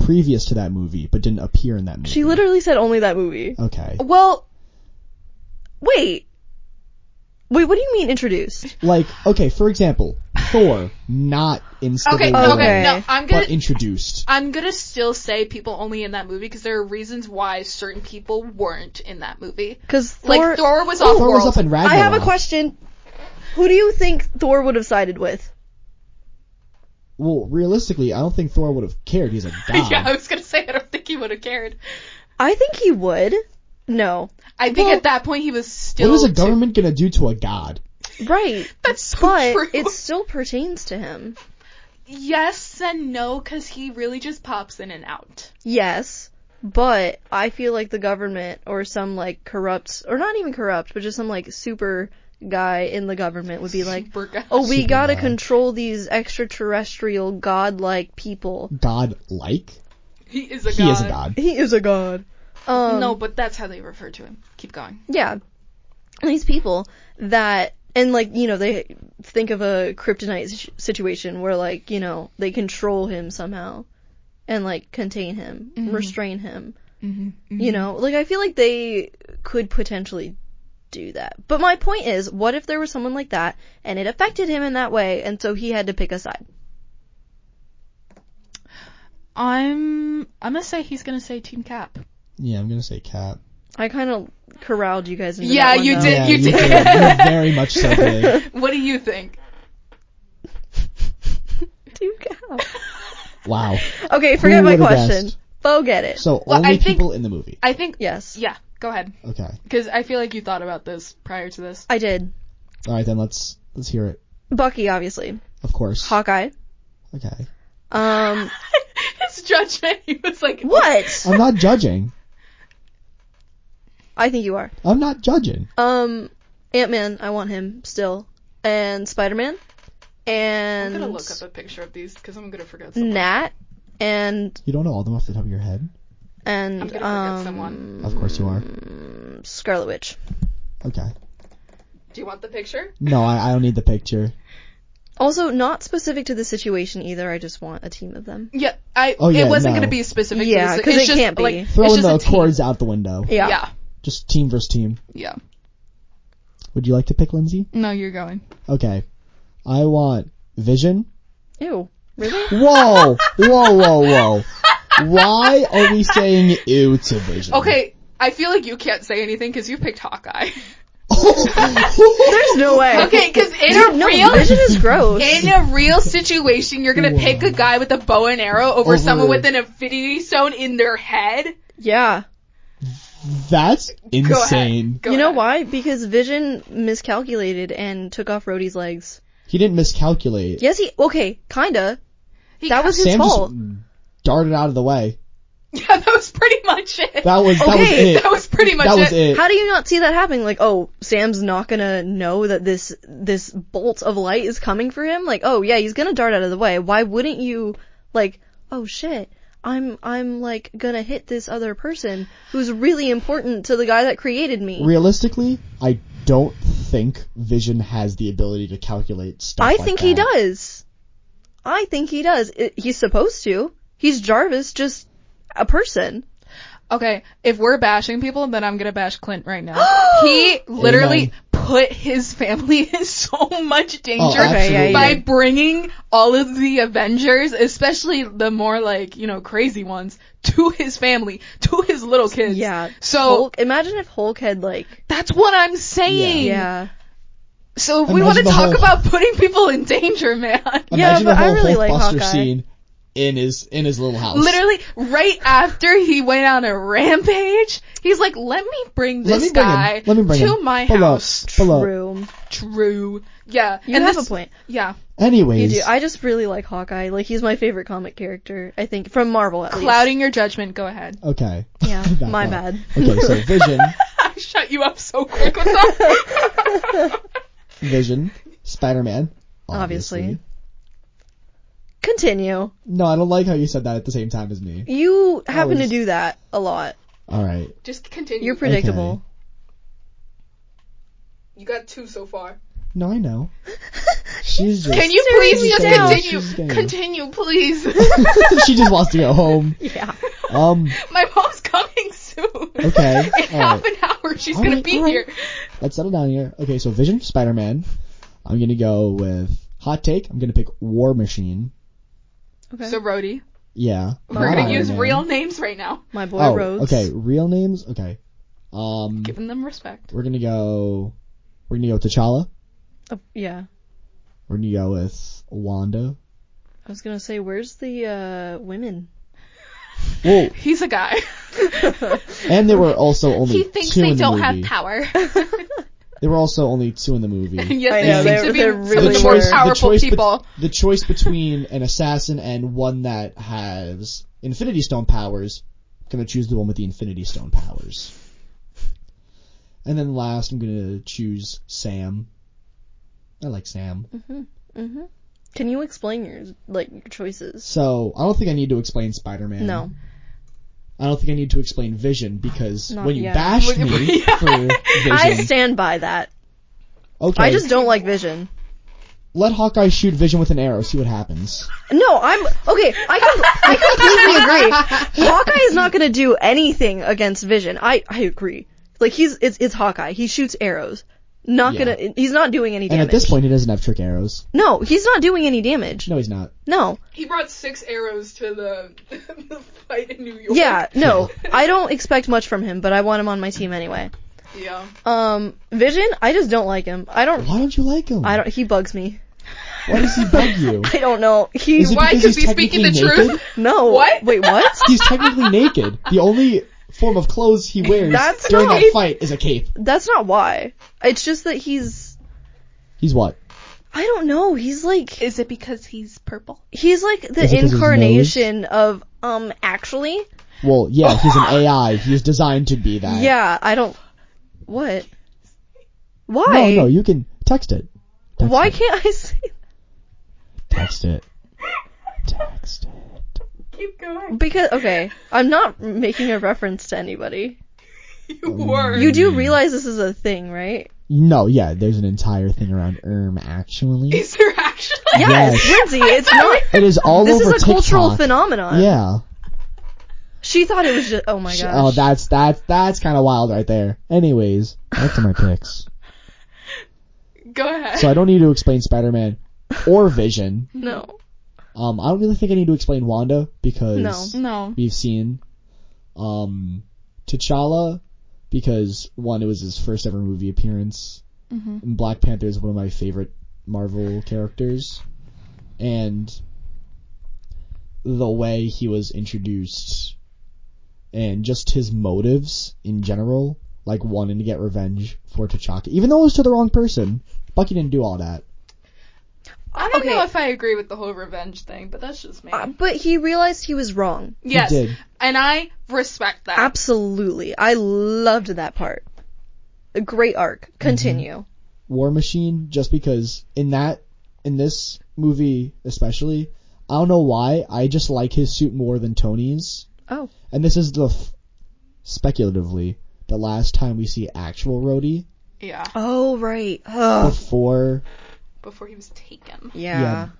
Speaker 3: previous to that movie but didn't appear in that movie?
Speaker 2: She literally said only that movie.
Speaker 3: Okay.
Speaker 1: Well,
Speaker 2: Wait. Wait, what do you mean introduced?
Speaker 3: Like, okay, for example, Thor not in Civil
Speaker 1: okay,
Speaker 3: War,
Speaker 1: okay,
Speaker 2: Okay.
Speaker 1: no, I'm gonna
Speaker 3: but introduced.
Speaker 1: I'm gonna still say people only in that movie because there are reasons why certain people weren't in that movie.
Speaker 2: Because
Speaker 1: Like
Speaker 2: Thor.
Speaker 1: Thor, was off
Speaker 3: Thor was up in Ragnarok.
Speaker 2: I have a question. Who do you think Thor would have sided with?
Speaker 3: Well, realistically, I don't think Thor would have cared. He's a god.
Speaker 1: yeah, I was gonna say I don't think he would have cared.
Speaker 2: I think he would. No.
Speaker 1: I think
Speaker 2: Well-
Speaker 1: at that point he was still.
Speaker 3: What is a
Speaker 1: too-
Speaker 3: government gonna do to a god?
Speaker 2: Right.
Speaker 1: That's so
Speaker 2: but
Speaker 1: true.
Speaker 2: it still pertains to him.
Speaker 1: yes and no because he really just pops in and out.
Speaker 2: Yes, but I feel like the government or some like corrupt or not even corrupt, but just some like super guy in the government would be like,
Speaker 1: Super guy.
Speaker 2: "Oh, we
Speaker 3: Super
Speaker 2: gotta
Speaker 3: guy.
Speaker 2: control these extraterrestrial godlike people."
Speaker 3: God like?
Speaker 1: He is a god.
Speaker 3: He is a god.
Speaker 2: He is a god. Um,
Speaker 1: No, but that's how they refer to him. Keep going.
Speaker 2: Yeah. And these people that, and like, you know, they think of a kryptonite situ- situation where like, you know, they control him somehow and like contain him,
Speaker 1: Mm-hmm.
Speaker 2: restrain him. You know, like I feel like they could potentially do that. But my point is, what if there was someone like that and it affected him in that way and so he had to pick a side?
Speaker 1: I'm I'm gonna say he's gonna say Team Cap.
Speaker 3: Yeah, I'm gonna say Cap.
Speaker 2: I kind of corralled you guys into
Speaker 1: Yeah,
Speaker 2: that one,
Speaker 1: you
Speaker 2: though.
Speaker 1: did.
Speaker 3: yeah,
Speaker 1: you
Speaker 3: did.
Speaker 1: did.
Speaker 3: You very much so did.
Speaker 1: What do you think?
Speaker 2: Team Cap.
Speaker 3: Wow.
Speaker 2: Okay, forget my
Speaker 3: would've
Speaker 2: question.
Speaker 3: guessed?
Speaker 2: Bo get it.
Speaker 3: So
Speaker 1: Well,
Speaker 3: only
Speaker 1: I think-
Speaker 3: people in the movie.
Speaker 1: I think
Speaker 2: yes.
Speaker 1: yeah. Go ahead,
Speaker 3: Okay.
Speaker 1: because I feel like you thought about this prior to this.
Speaker 2: I did.
Speaker 3: All right, then let's let's hear it.
Speaker 2: Bucky, obviously.
Speaker 3: Of course.
Speaker 2: Hawkeye.
Speaker 3: Okay.
Speaker 2: Um,
Speaker 1: His judgment. He was like,
Speaker 2: what?
Speaker 3: I'm not judging.
Speaker 2: I think you are.
Speaker 3: I'm not judging.
Speaker 2: Um, Ant Man, I want him still, and Spider Man,
Speaker 1: I'm
Speaker 2: and
Speaker 1: gonna look up a picture of these because I'm gonna forget someone.
Speaker 2: Nat, and
Speaker 3: You don't know all of them off the top of your head.
Speaker 2: and
Speaker 1: I'm gonna
Speaker 2: um,
Speaker 1: forget someone.
Speaker 3: Of course you are.
Speaker 2: Scarlet Witch.
Speaker 3: Okay.
Speaker 1: Do you want the picture?
Speaker 3: No, I, I don't need the picture.
Speaker 2: Also, not specific to the situation either. I just want a team of them.
Speaker 1: Yeah, I.
Speaker 3: Oh, yeah,
Speaker 1: it wasn't
Speaker 3: no.
Speaker 1: gonna be specific. to
Speaker 2: Yeah,
Speaker 1: this-
Speaker 2: 'cause
Speaker 1: it's
Speaker 2: it
Speaker 1: just,
Speaker 2: can't be.
Speaker 1: Like, it's
Speaker 3: Throwing
Speaker 1: just
Speaker 3: the
Speaker 1: a team.
Speaker 3: chords out the window.
Speaker 2: Yeah.
Speaker 1: Yeah,
Speaker 3: Just team versus team.
Speaker 1: yeah.
Speaker 3: Would you like to pick Lindsay?
Speaker 1: No, you're going.
Speaker 3: Okay. I want Vision.
Speaker 2: Ew. Really?
Speaker 3: Whoa! whoa, whoa, whoa. Why are we saying ew to Vision?
Speaker 1: Okay, I feel like you can't say anything because you picked Hawkeye.
Speaker 2: There's no way.
Speaker 1: okay, because in a
Speaker 2: No,
Speaker 1: real
Speaker 2: Vision is gross.
Speaker 1: in a real situation, you're gonna pick a guy with a bow and arrow over,
Speaker 3: Over-
Speaker 1: someone with an affinity stone in their head.
Speaker 2: yeah.
Speaker 3: That's insane.
Speaker 1: Go
Speaker 2: you know
Speaker 1: ahead.
Speaker 2: why? Because Vision miscalculated and took off Rhodey's legs.
Speaker 3: He didn't miscalculate.
Speaker 2: Yes, he. Okay, kinda.
Speaker 1: He
Speaker 2: That was his
Speaker 3: Sam
Speaker 2: fault.
Speaker 3: just darted out of the way.
Speaker 1: Yeah, that was pretty much it. That,
Speaker 3: That was that was
Speaker 2: Okay,
Speaker 3: it.
Speaker 1: was pretty much
Speaker 3: That was it.
Speaker 2: How do you not see that happening? Like, oh, Sam's not gonna know that this this bolt of light is coming for him. Like, oh yeah, he's gonna dart out of the way. Why wouldn't you? Like, oh shit, I'm I'm like gonna hit this other person who's really important to the guy that created me.
Speaker 3: Realistically, I don't think Vision has the ability to calculate stuff.
Speaker 2: I
Speaker 3: like
Speaker 2: think he
Speaker 3: that.
Speaker 2: does. I think he does. I he's supposed to. He's Jarvis, just a person.
Speaker 1: Okay, if we're bashing people, then I'm gonna bash Clint right now. he literally
Speaker 3: Amen.
Speaker 1: put his family in so much
Speaker 3: Oh,
Speaker 1: danger
Speaker 2: Okay, yeah,
Speaker 3: absolutely.
Speaker 1: by bringing all of the Avengers, especially the more like, you know, crazy ones, to his family, to his little kids.
Speaker 2: Yeah.
Speaker 1: So
Speaker 2: Hulk. Imagine if Hulk had like.
Speaker 1: that's what I'm saying.
Speaker 2: Yeah.
Speaker 1: So if we
Speaker 3: Imagine
Speaker 1: want to
Speaker 3: the
Speaker 1: talk
Speaker 3: whole-
Speaker 1: about putting people in danger, man.
Speaker 3: Imagine
Speaker 2: but
Speaker 3: the
Speaker 2: I
Speaker 3: whole
Speaker 2: really like
Speaker 3: Hulkbuster
Speaker 2: Hawkeye.
Speaker 3: scene in his in his little house.
Speaker 1: Literally, right after he went on a rampage, he's like, "Let me bring this
Speaker 3: Let me bring him.
Speaker 1: guy
Speaker 3: Let me bring
Speaker 1: to
Speaker 3: him.
Speaker 1: my
Speaker 3: Pull up.
Speaker 1: house."
Speaker 3: Pull up.
Speaker 2: True.
Speaker 1: True. Yeah.
Speaker 2: You
Speaker 1: and
Speaker 2: have
Speaker 1: this-
Speaker 2: a point.
Speaker 1: Yeah.
Speaker 2: You
Speaker 3: Anyways,
Speaker 2: do. I just really like Hawkeye. Like he's my favorite comic character. I think from Marvel at least.
Speaker 1: Clouding your judgment. Go ahead.
Speaker 3: okay.
Speaker 2: Yeah,
Speaker 3: Back
Speaker 2: my
Speaker 3: up.
Speaker 2: bad.
Speaker 3: Okay, so Vision,
Speaker 1: I shut you up so quick with that.
Speaker 3: Vision, Spider-Man,
Speaker 2: Obviously.
Speaker 3: obviously.
Speaker 2: Continue.
Speaker 3: No, I don't like how you said that at the same time as me.
Speaker 2: You happen
Speaker 3: Always.
Speaker 2: to do that a lot.
Speaker 3: All right.
Speaker 1: Just continue.
Speaker 2: You're predictable.
Speaker 1: you got two so far.
Speaker 3: No, I know. She's just.
Speaker 1: Can you please
Speaker 3: she's
Speaker 1: just
Speaker 3: staying.
Speaker 1: continue?
Speaker 3: She's staying.
Speaker 1: Continue, please.
Speaker 3: she just wants to go home.
Speaker 2: Yeah.
Speaker 3: Um,
Speaker 1: My mom's coming soon.
Speaker 3: Okay,
Speaker 1: In half an hour, she's
Speaker 3: All
Speaker 1: gonna
Speaker 3: right,
Speaker 1: be
Speaker 3: all right.
Speaker 1: here.
Speaker 3: let's settle down here. Okay, so Vision, Spider-Man. I'm gonna go with hot take. I'm gonna pick War Machine.
Speaker 2: Okay.
Speaker 1: So, Rhodey,
Speaker 3: Yeah.
Speaker 1: we're
Speaker 3: not
Speaker 1: gonna
Speaker 3: Iron
Speaker 1: use
Speaker 3: Man.
Speaker 1: real names right now.
Speaker 2: my boy
Speaker 3: Oh,
Speaker 2: Rhodes.
Speaker 3: okay. Real names. Okay. Um,
Speaker 1: Giving them respect.
Speaker 3: we're gonna go. We're gonna go with T'Challa.
Speaker 2: Oh, yeah.
Speaker 3: We're gonna go with Wanda.
Speaker 2: I was gonna say, where's the uh women?
Speaker 3: Whoa.
Speaker 1: He's a guy.
Speaker 3: And there were also only
Speaker 1: he thinks
Speaker 3: two
Speaker 1: they
Speaker 3: in the
Speaker 1: don't
Speaker 3: movie.
Speaker 1: have power.
Speaker 3: There were also only two in the movie.
Speaker 1: yes,
Speaker 2: I
Speaker 1: they
Speaker 2: know,
Speaker 1: seem
Speaker 2: they're-
Speaker 1: to be
Speaker 2: they're
Speaker 1: some
Speaker 2: really
Speaker 1: of the more
Speaker 2: were. The
Speaker 1: powerful
Speaker 3: choice bet-
Speaker 1: people.
Speaker 3: the choice between an assassin and one that has Infinity Stone powers, I'm gonna choose the one with the Infinity Stone powers. And then last, I'm gonna choose Sam. I like Sam.
Speaker 2: hmm Can you explain your like your choices?
Speaker 3: So I don't think I need to explain Spider-Man.
Speaker 2: No.
Speaker 3: I don't think I need to explain Vision because
Speaker 2: Not
Speaker 3: when you
Speaker 2: yet.
Speaker 3: bashed me
Speaker 1: Yeah.
Speaker 3: for Vision,
Speaker 2: I stand by that.
Speaker 3: okay,
Speaker 2: I just don't like Vision.
Speaker 3: let Hawkeye shoot Vision with an arrow, see what happens.
Speaker 2: No, I'm okay. I com- I completely agree. Hawkeye is not going to do anything against Vision. I I agree. Like he's it's it's Hawkeye. He shoots arrows. Not
Speaker 3: Yeah.
Speaker 2: gonna. He's not doing any
Speaker 3: And
Speaker 2: damage.
Speaker 3: at this point, he doesn't have trick arrows.
Speaker 2: no, he's not doing any damage.
Speaker 3: No, he's not.
Speaker 2: No,
Speaker 4: He brought six arrows to the, the fight in New York.
Speaker 2: yeah, no. I don't expect much from him, but I want him on my team anyway.
Speaker 4: Yeah.
Speaker 2: Um, Vision, I just don't like him. I don't.
Speaker 3: Why don't you like him?
Speaker 2: I don't. He bugs me.
Speaker 3: Why does he bug you?
Speaker 2: I don't know. He
Speaker 3: Is it
Speaker 4: Why?
Speaker 3: because
Speaker 4: Because
Speaker 3: he's
Speaker 4: he's speaking the
Speaker 3: technically
Speaker 4: truth?
Speaker 3: naked?
Speaker 2: no.
Speaker 4: What?
Speaker 2: Wait, what?
Speaker 3: He's technically naked. The only form of clothes he wears
Speaker 2: That's
Speaker 3: during
Speaker 2: not-
Speaker 3: that fight is a cape.
Speaker 2: That's not why. It's just that he's.
Speaker 3: He's what?
Speaker 2: I don't know. He's like
Speaker 1: Is it because he's purple?
Speaker 2: he's like the
Speaker 3: Is it 'cause his
Speaker 2: incarnation of um actually.
Speaker 3: Well, yeah, he's an AI. He's designed to be that.
Speaker 2: Yeah, I don't. What?
Speaker 3: No,
Speaker 2: Why?
Speaker 3: no, you can text it. Text
Speaker 2: Why
Speaker 3: it.
Speaker 2: can't I say?
Speaker 3: Text it. Text it.
Speaker 4: Keep going.
Speaker 2: Because okay, I'm not making a reference to anybody.
Speaker 4: You were.
Speaker 2: You
Speaker 3: Mm.
Speaker 2: do realize this is a thing, right?
Speaker 3: No, yeah, there's an entire thing around ERM actually.
Speaker 4: Is there actually?
Speaker 2: Yes,
Speaker 3: Yes.
Speaker 2: Lindsay, it's not.
Speaker 3: It is all
Speaker 2: This is
Speaker 3: over
Speaker 2: a cultural
Speaker 3: TikTok.
Speaker 2: phenomenon.
Speaker 3: Yeah.
Speaker 2: She thought it was just. Oh my gosh.
Speaker 3: Oh, that's that's that's kind of wild right there. Anyways, back to my picks.
Speaker 4: Go ahead.
Speaker 3: So I don't need to explain Spider-Man or Vision.
Speaker 2: no.
Speaker 3: Um, I don't really think I need to explain Wanda because
Speaker 2: No.
Speaker 1: No.
Speaker 3: we've seen. Um, T'Challa, because one, it was his first ever movie appearance.
Speaker 1: Mhm.
Speaker 3: And Black Panther is one of my favorite Marvel characters, and the way he was introduced, and just his motives in general, like wanting to get revenge for T'Chaka, even though it was to the wrong person. Bucky didn't do all that.
Speaker 4: I don't
Speaker 2: Okay.
Speaker 4: know if I agree with the whole revenge thing, but that's just me.
Speaker 2: Uh, but he realized he was wrong.
Speaker 1: Um, Yes.
Speaker 3: He did.
Speaker 1: And I respect that.
Speaker 2: Absolutely. I loved that part. A great arc.
Speaker 3: Mm-hmm.
Speaker 2: Continue.
Speaker 3: War Machine just because in that in this movie especially, I don't know why I just like his suit more than Tony's.
Speaker 2: Oh.
Speaker 3: And this is the f- speculatively the last time we see actual Rhodey
Speaker 4: Yeah.
Speaker 2: Oh, right. Ugh.
Speaker 3: before
Speaker 4: Before he was taken.
Speaker 2: Yeah.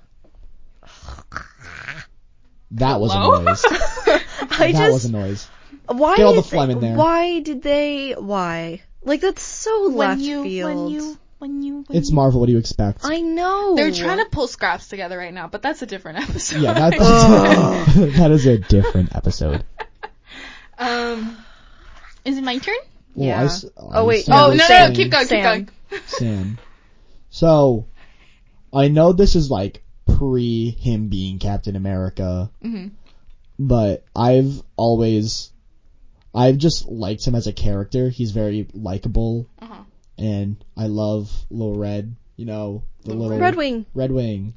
Speaker 3: that was
Speaker 4: Hello?
Speaker 3: a noise. that
Speaker 2: I just
Speaker 3: was a noise.
Speaker 2: why
Speaker 3: get all the
Speaker 2: did
Speaker 3: phlegm
Speaker 2: they,
Speaker 3: in there.
Speaker 2: Why did they? Why? Like that's so
Speaker 1: when
Speaker 2: left
Speaker 1: you,
Speaker 2: field.
Speaker 1: when you, when you, when
Speaker 3: It's
Speaker 1: you.
Speaker 3: Marvel. What do you expect?
Speaker 2: I know.
Speaker 1: They're trying to pull scraps together right now, but that's a different episode.
Speaker 3: yeah, that,
Speaker 1: Oh.
Speaker 3: that is a different episode.
Speaker 1: um, is it my turn?
Speaker 3: Well,
Speaker 2: Yeah.
Speaker 3: I s-
Speaker 2: Oh, wait,
Speaker 3: I
Speaker 4: Oh, no, no,
Speaker 3: started
Speaker 4: no,
Speaker 3: saying-
Speaker 4: keep going,
Speaker 2: Sam.
Speaker 4: keep
Speaker 3: Sam. So, I know this is like pre him being Captain America,
Speaker 4: Mhm.
Speaker 3: but I've always, I've just liked him as a character. He's very likable,
Speaker 4: Uh-huh.
Speaker 3: and I love Little Red. You know, the
Speaker 1: Oh.
Speaker 4: Little
Speaker 3: little
Speaker 2: Red Wing.
Speaker 3: Red Wing.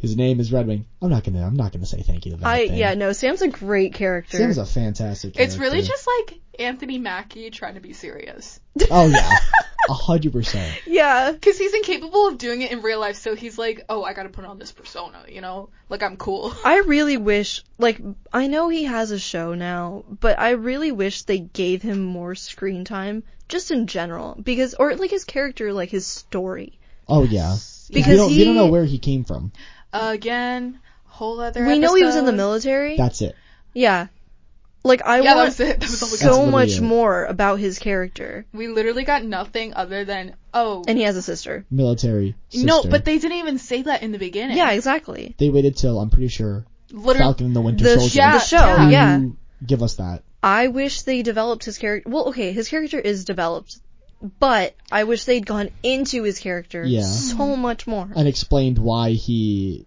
Speaker 3: His name is Red Wing. I'm not gonna. I'm not gonna say thank you to that.
Speaker 2: I
Speaker 3: thing.
Speaker 2: yeah no. Sam's a great character.
Speaker 3: Sam's a fantastic.
Speaker 4: It's really
Speaker 3: character.
Speaker 4: just like Anthony Mackie trying to be serious.
Speaker 3: Oh yeah, a hundred percent.
Speaker 2: yeah.
Speaker 4: Because he's incapable of doing it in real life, so he's like, oh, I gotta put on this persona, you know? Like, I'm cool.
Speaker 2: I really wish like I know he has a show now, but I really wish they gave him more screen time just in general because or like his character like his story.
Speaker 3: Oh yeah.
Speaker 2: Because
Speaker 3: we don't, we don't know
Speaker 2: he-
Speaker 3: where he came from.
Speaker 4: Again, whole other
Speaker 2: we know he was in the
Speaker 4: episode.
Speaker 2: military.
Speaker 3: That's it.
Speaker 2: yeah. Like I
Speaker 4: Yeah, that
Speaker 2: want
Speaker 4: was it. That was all we got.
Speaker 3: That's
Speaker 2: so
Speaker 3: literally
Speaker 2: much
Speaker 3: it.
Speaker 2: more about his character.
Speaker 4: We literally got nothing other than, oh,
Speaker 2: And he has a sister.
Speaker 3: Military. Sister.
Speaker 4: no, but they didn't even say that in the beginning.
Speaker 2: Yeah, exactly.
Speaker 3: they waited till I'm pretty sure
Speaker 4: Literally.
Speaker 3: Falcon and the Winter
Speaker 2: The
Speaker 3: Soldier
Speaker 2: the
Speaker 4: Yeah,
Speaker 2: show,
Speaker 4: yeah.
Speaker 2: yeah.
Speaker 3: to give us that.
Speaker 2: I wish they developed his character. Well, okay, his character is developed, but I wish they'd gone into his character
Speaker 3: Yeah.
Speaker 2: so much more.
Speaker 3: and explained why he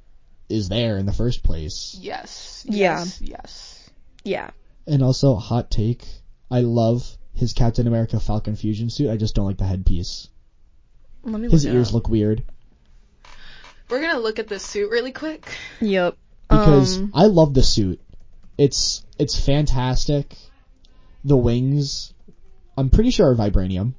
Speaker 3: is there in the first place.
Speaker 4: Yes.
Speaker 2: Yeah.
Speaker 4: Yes. Yes.
Speaker 2: yeah.
Speaker 3: And also, hot take: I love his Captain America Falcon fusion suit. I just don't like the headpiece.
Speaker 2: Let me
Speaker 3: His
Speaker 2: look it
Speaker 3: ears
Speaker 2: up.
Speaker 3: look weird
Speaker 4: We're gonna look at this suit really quick.
Speaker 2: Yep.
Speaker 3: because
Speaker 2: um,
Speaker 3: I love the suit. It's it's fantastic. The wings, I'm pretty sure are vibranium,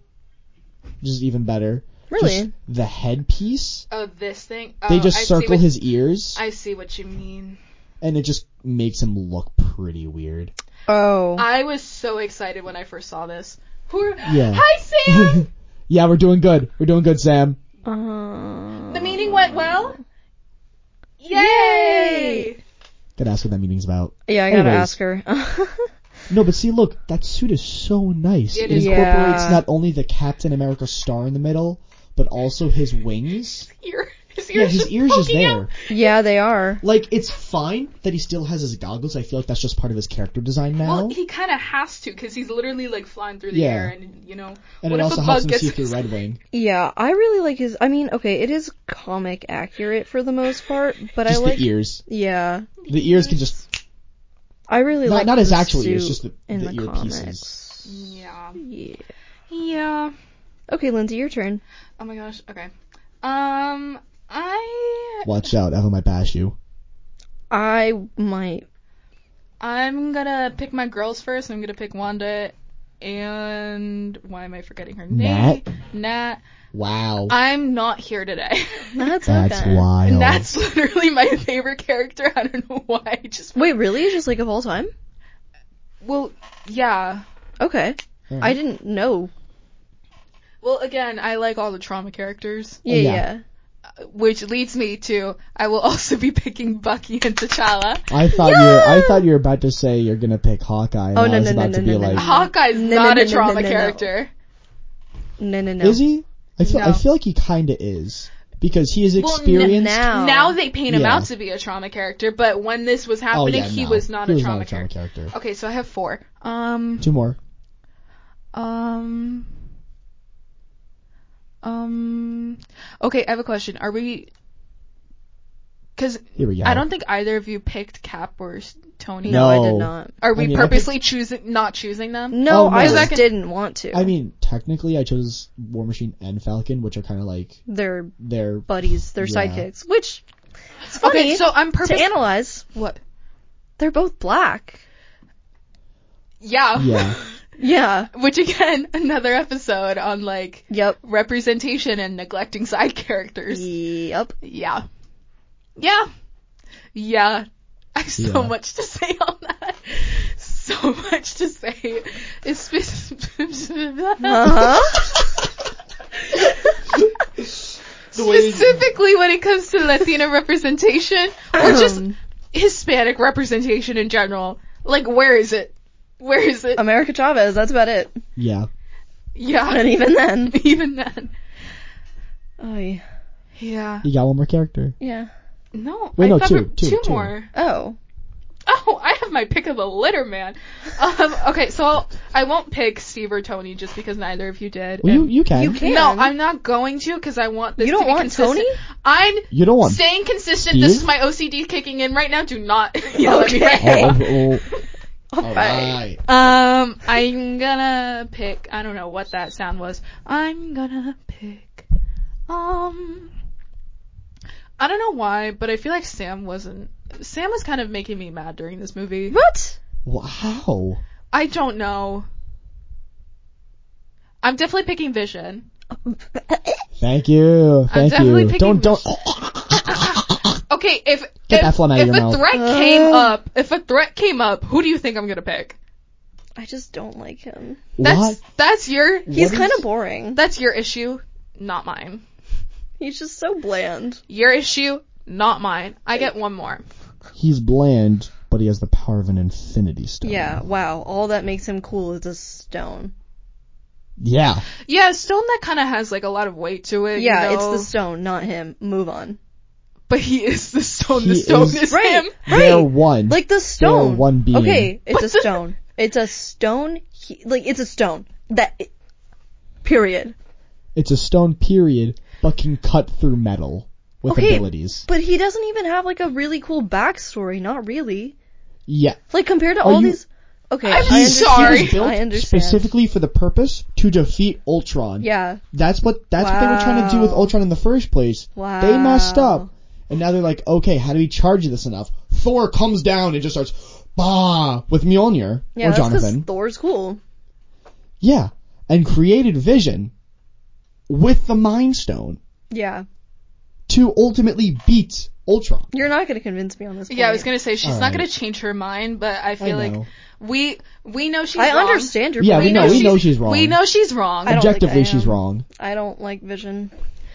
Speaker 3: which is even better.
Speaker 2: Really?
Speaker 3: Just the headpiece,
Speaker 4: Oh, this thing.
Speaker 3: they
Speaker 4: Oh,
Speaker 3: just
Speaker 4: I see
Speaker 3: circle
Speaker 4: what-
Speaker 3: his ears,
Speaker 4: I see what you mean.
Speaker 3: and it just makes him look pretty weird.
Speaker 2: oh.
Speaker 4: I was so excited when I first saw this. Who are-
Speaker 3: Yeah.
Speaker 4: Hi, Sam.
Speaker 1: Eh.
Speaker 3: Yeah, we're doing good. We're doing good, Sam.
Speaker 2: Uh,
Speaker 4: the meeting went well. Yay!
Speaker 2: Yay!
Speaker 3: Gotta ask what that meeting's about.
Speaker 2: yeah, I gotta
Speaker 3: Anyways.
Speaker 2: ask her.
Speaker 3: No, but see, look, that suit is so nice.
Speaker 1: It
Speaker 3: It,
Speaker 1: is.
Speaker 3: incorporates
Speaker 2: Yeah.
Speaker 3: not only the Captain America star in the middle, but also his wings.
Speaker 1: Ear, his ears
Speaker 3: Yeah, his
Speaker 1: just
Speaker 3: ears just
Speaker 1: poking out.
Speaker 3: there.
Speaker 2: Yeah, they are.
Speaker 3: Like, it's fine that he still has his goggles. I feel like that's just part of his character design now.
Speaker 1: Well, he kind of has to because he's literally like flying through the
Speaker 3: Yeah.
Speaker 1: air, and you know,
Speaker 3: and
Speaker 1: what
Speaker 3: it
Speaker 1: if
Speaker 3: also
Speaker 1: a
Speaker 3: helps
Speaker 1: bug
Speaker 3: him
Speaker 1: gets
Speaker 3: see through Red Wing.
Speaker 2: Yeah, I really like his. I mean, okay, it is comic accurate for the most part, but
Speaker 3: Just
Speaker 2: I like.
Speaker 3: the ears.
Speaker 2: Yeah,
Speaker 3: The ears can just
Speaker 2: I really
Speaker 3: not
Speaker 2: like.
Speaker 3: not his
Speaker 2: the
Speaker 3: actual ears,
Speaker 2: suit
Speaker 3: just the,
Speaker 2: in
Speaker 3: the,
Speaker 2: the,
Speaker 3: ear
Speaker 2: comics.
Speaker 3: pieces.
Speaker 1: Yeah.
Speaker 2: Yeah.
Speaker 1: Yeah.
Speaker 2: Okay, Lindsay, your turn.
Speaker 1: Oh my gosh. Okay. Um, I
Speaker 3: Watch out, Eva might bash you.
Speaker 2: I might.
Speaker 1: I'm gonna pick my girls first. I'm gonna pick Wanda, and why am I forgetting her name?
Speaker 3: Nat.
Speaker 1: Nat.
Speaker 3: Wow.
Speaker 1: I'm not here today.
Speaker 2: That's,
Speaker 3: That's
Speaker 2: okay.
Speaker 3: wild.
Speaker 1: Nat's literally my favorite character. I don't know why. I Just
Speaker 2: Wait, really? Just like of all time?
Speaker 1: well, yeah.
Speaker 2: Okay,
Speaker 3: Alright.
Speaker 2: I didn't know.
Speaker 1: Well, again, I like all the trauma characters, uh,
Speaker 2: Yeah,
Speaker 3: Oh, yeah.
Speaker 2: yeah.
Speaker 1: which leads me to I will also be picking Bucky and T'Challa.
Speaker 3: I thought you were, I thought you were about to say you're gonna pick Hawkeye and
Speaker 2: Oh,
Speaker 3: I
Speaker 2: no,
Speaker 3: was
Speaker 2: no, no,
Speaker 3: about to
Speaker 2: no,
Speaker 3: be
Speaker 2: no, no,
Speaker 3: like
Speaker 2: no.
Speaker 1: Hawkeye's
Speaker 2: No, no,
Speaker 1: not
Speaker 2: no,
Speaker 1: a
Speaker 2: no,
Speaker 1: trauma
Speaker 2: no, no, no.
Speaker 1: character.
Speaker 2: No, no, no.
Speaker 3: Is he? I feel I
Speaker 1: No.
Speaker 3: feel like he kinda is. Because he is
Speaker 1: n-
Speaker 3: experienced
Speaker 2: Now,
Speaker 1: Now they paint him
Speaker 3: Yeah.
Speaker 1: out to be a trauma character, but when this was
Speaker 3: Oh
Speaker 1: happening,
Speaker 3: yeah,
Speaker 1: he
Speaker 3: no.
Speaker 1: was not
Speaker 3: He
Speaker 1: a
Speaker 3: was
Speaker 1: trauma
Speaker 3: not a trauma
Speaker 1: character.
Speaker 3: character.
Speaker 1: Okay, so I have four. Um,
Speaker 3: Two more.
Speaker 1: um, um. Okay, I have a question. Are we? Because
Speaker 3: Here we go.
Speaker 1: I don't think either of you picked Cap or s- Tony.
Speaker 2: no, I
Speaker 3: No.
Speaker 2: did not.
Speaker 1: Are we
Speaker 3: I mean, I think-
Speaker 1: purposely choosing not choosing them?
Speaker 2: No,
Speaker 3: Oh,
Speaker 2: I
Speaker 3: no.
Speaker 2: just
Speaker 3: I
Speaker 1: can-
Speaker 2: didn't want to.
Speaker 3: I mean, technically, I chose War Machine and Falcon, which are kind of like
Speaker 2: they're
Speaker 3: their
Speaker 2: buddies, they're
Speaker 3: Yeah.
Speaker 2: sidekicks, which it's funny
Speaker 1: Okay, so I'm
Speaker 2: to
Speaker 1: purposely
Speaker 2: analyze.
Speaker 1: what?
Speaker 2: They're both black.
Speaker 1: Yeah.
Speaker 3: yeah.
Speaker 2: Yeah.
Speaker 1: Which again, another episode on like
Speaker 2: Yep.
Speaker 1: representation and neglecting side characters.
Speaker 2: Yep.
Speaker 1: Yeah. Yeah. Yeah. I have so
Speaker 3: Yeah.
Speaker 1: much to say on that. So much to say. It's
Speaker 3: Uh-huh.
Speaker 2: Uh-huh.
Speaker 3: The way-
Speaker 1: specifically when it comes to Latina representation or just
Speaker 2: Um,
Speaker 1: Hispanic representation in general. Like where is it? Where is it?
Speaker 2: America Chavez. That's about it.
Speaker 3: yeah.
Speaker 2: And
Speaker 1: yeah.
Speaker 2: even then.
Speaker 1: Even then.
Speaker 2: Oy.
Speaker 1: Yeah.
Speaker 3: You got one more character.
Speaker 2: Yeah.
Speaker 1: No.
Speaker 3: Wait,
Speaker 1: I
Speaker 3: no,
Speaker 1: thought
Speaker 3: two,
Speaker 1: we-
Speaker 3: two, two.
Speaker 1: more.
Speaker 2: Oh.
Speaker 1: Oh, I have my pick of the litter, man. Um, okay, so I won't pick Steve or Tony just because neither of you did.
Speaker 3: Well, you
Speaker 1: and-
Speaker 3: you can.
Speaker 2: You can.
Speaker 1: no, I'm not going to because I want this.
Speaker 2: You don't
Speaker 1: to be
Speaker 2: want
Speaker 1: consistent.
Speaker 2: Tony?
Speaker 1: I'm
Speaker 3: You don't want.
Speaker 1: staying consistent. This
Speaker 3: Steve?
Speaker 1: is my OCD kicking in right now. Do not yell at me.
Speaker 2: Okay.
Speaker 1: Right
Speaker 3: Oh,
Speaker 1: now.
Speaker 3: oh, oh,
Speaker 2: All right.
Speaker 1: Um, I'm gonna pick. I don't know what that sound was. I'm gonna pick. Um, I don't know why, but I feel like Sam wasn't. Sam was kind of making me mad during this movie.
Speaker 2: What?
Speaker 3: Wow.
Speaker 1: I don't know. I'm definitely picking Vision.
Speaker 3: Thank you. Thank
Speaker 1: definitely
Speaker 3: you.
Speaker 1: picking
Speaker 3: Don't don't.
Speaker 1: Okay, if
Speaker 3: Get that
Speaker 1: if,
Speaker 3: phone out of
Speaker 1: if
Speaker 3: your
Speaker 1: a
Speaker 3: mouth.
Speaker 1: threat came
Speaker 2: Uh.
Speaker 1: up, if a threat came up, who do you think I'm gonna pick?
Speaker 2: I just don't like him.
Speaker 1: That's
Speaker 3: What?
Speaker 1: that's your
Speaker 2: He's
Speaker 3: What
Speaker 2: kind
Speaker 3: is-
Speaker 2: of boring.
Speaker 1: that's your issue, not mine.
Speaker 2: He's just so bland.
Speaker 1: Your issue, not mine. I get one more.
Speaker 3: He's bland, but he has the power of an infinity stone.
Speaker 2: Yeah. Wow. All that makes him cool is a stone.
Speaker 3: Yeah.
Speaker 1: Yeah, stone that kind of has like a lot of weight to it. you
Speaker 2: Yeah. It's
Speaker 1: know?
Speaker 2: the stone, not him. Move on.
Speaker 1: but he is the stone. the
Speaker 3: He
Speaker 1: stone
Speaker 3: is-
Speaker 1: is,
Speaker 2: Right.
Speaker 1: him.
Speaker 3: They're one.
Speaker 2: Like the stone.
Speaker 3: one being.
Speaker 2: Okay, it's
Speaker 1: But
Speaker 2: a
Speaker 1: the-
Speaker 2: stone. It's a stone. He, like it's a stone. That. period.
Speaker 3: It's a stone period, but can cut through metal with
Speaker 2: Okay.
Speaker 3: abilities.
Speaker 2: But he doesn't even have like a really cool backstory. Not really.
Speaker 3: Yeah.
Speaker 2: Like compared to
Speaker 3: Are
Speaker 2: all
Speaker 3: you-
Speaker 2: these. Okay.
Speaker 1: I'm
Speaker 2: I understand.
Speaker 1: sorry. He
Speaker 3: was built
Speaker 2: I understand.
Speaker 3: specifically for the purpose to defeat Ultron.
Speaker 2: Yeah.
Speaker 3: That's what that's what they were trying to do with
Speaker 2: Wow.
Speaker 3: Ultron in the first place.
Speaker 2: Wow.
Speaker 3: They messed up. And now they're like, okay, how do we charge this enough? Thor comes down and just starts bah with Mjolnir
Speaker 2: Yeah,
Speaker 3: or
Speaker 2: that's 'cause
Speaker 3: Jonathan.
Speaker 2: Thor's cool.
Speaker 3: Yeah. And created Vision with the Mind Stone
Speaker 2: Yeah.
Speaker 3: to ultimately beat Ultron.
Speaker 2: You're not gonna convince me on this. Point.
Speaker 1: Yeah, I was gonna say she's not
Speaker 3: Alright.
Speaker 1: gonna change her mind, but I
Speaker 3: I
Speaker 1: feel like
Speaker 3: know.
Speaker 1: we we know she's
Speaker 2: I
Speaker 1: wrong.
Speaker 2: understand your
Speaker 3: Yeah,
Speaker 2: point.
Speaker 3: we know, we know she's wrong.
Speaker 1: We know she's wrong.
Speaker 2: I don't think I
Speaker 3: Objectively, she's
Speaker 2: am.
Speaker 3: wrong.
Speaker 2: I don't like Vision.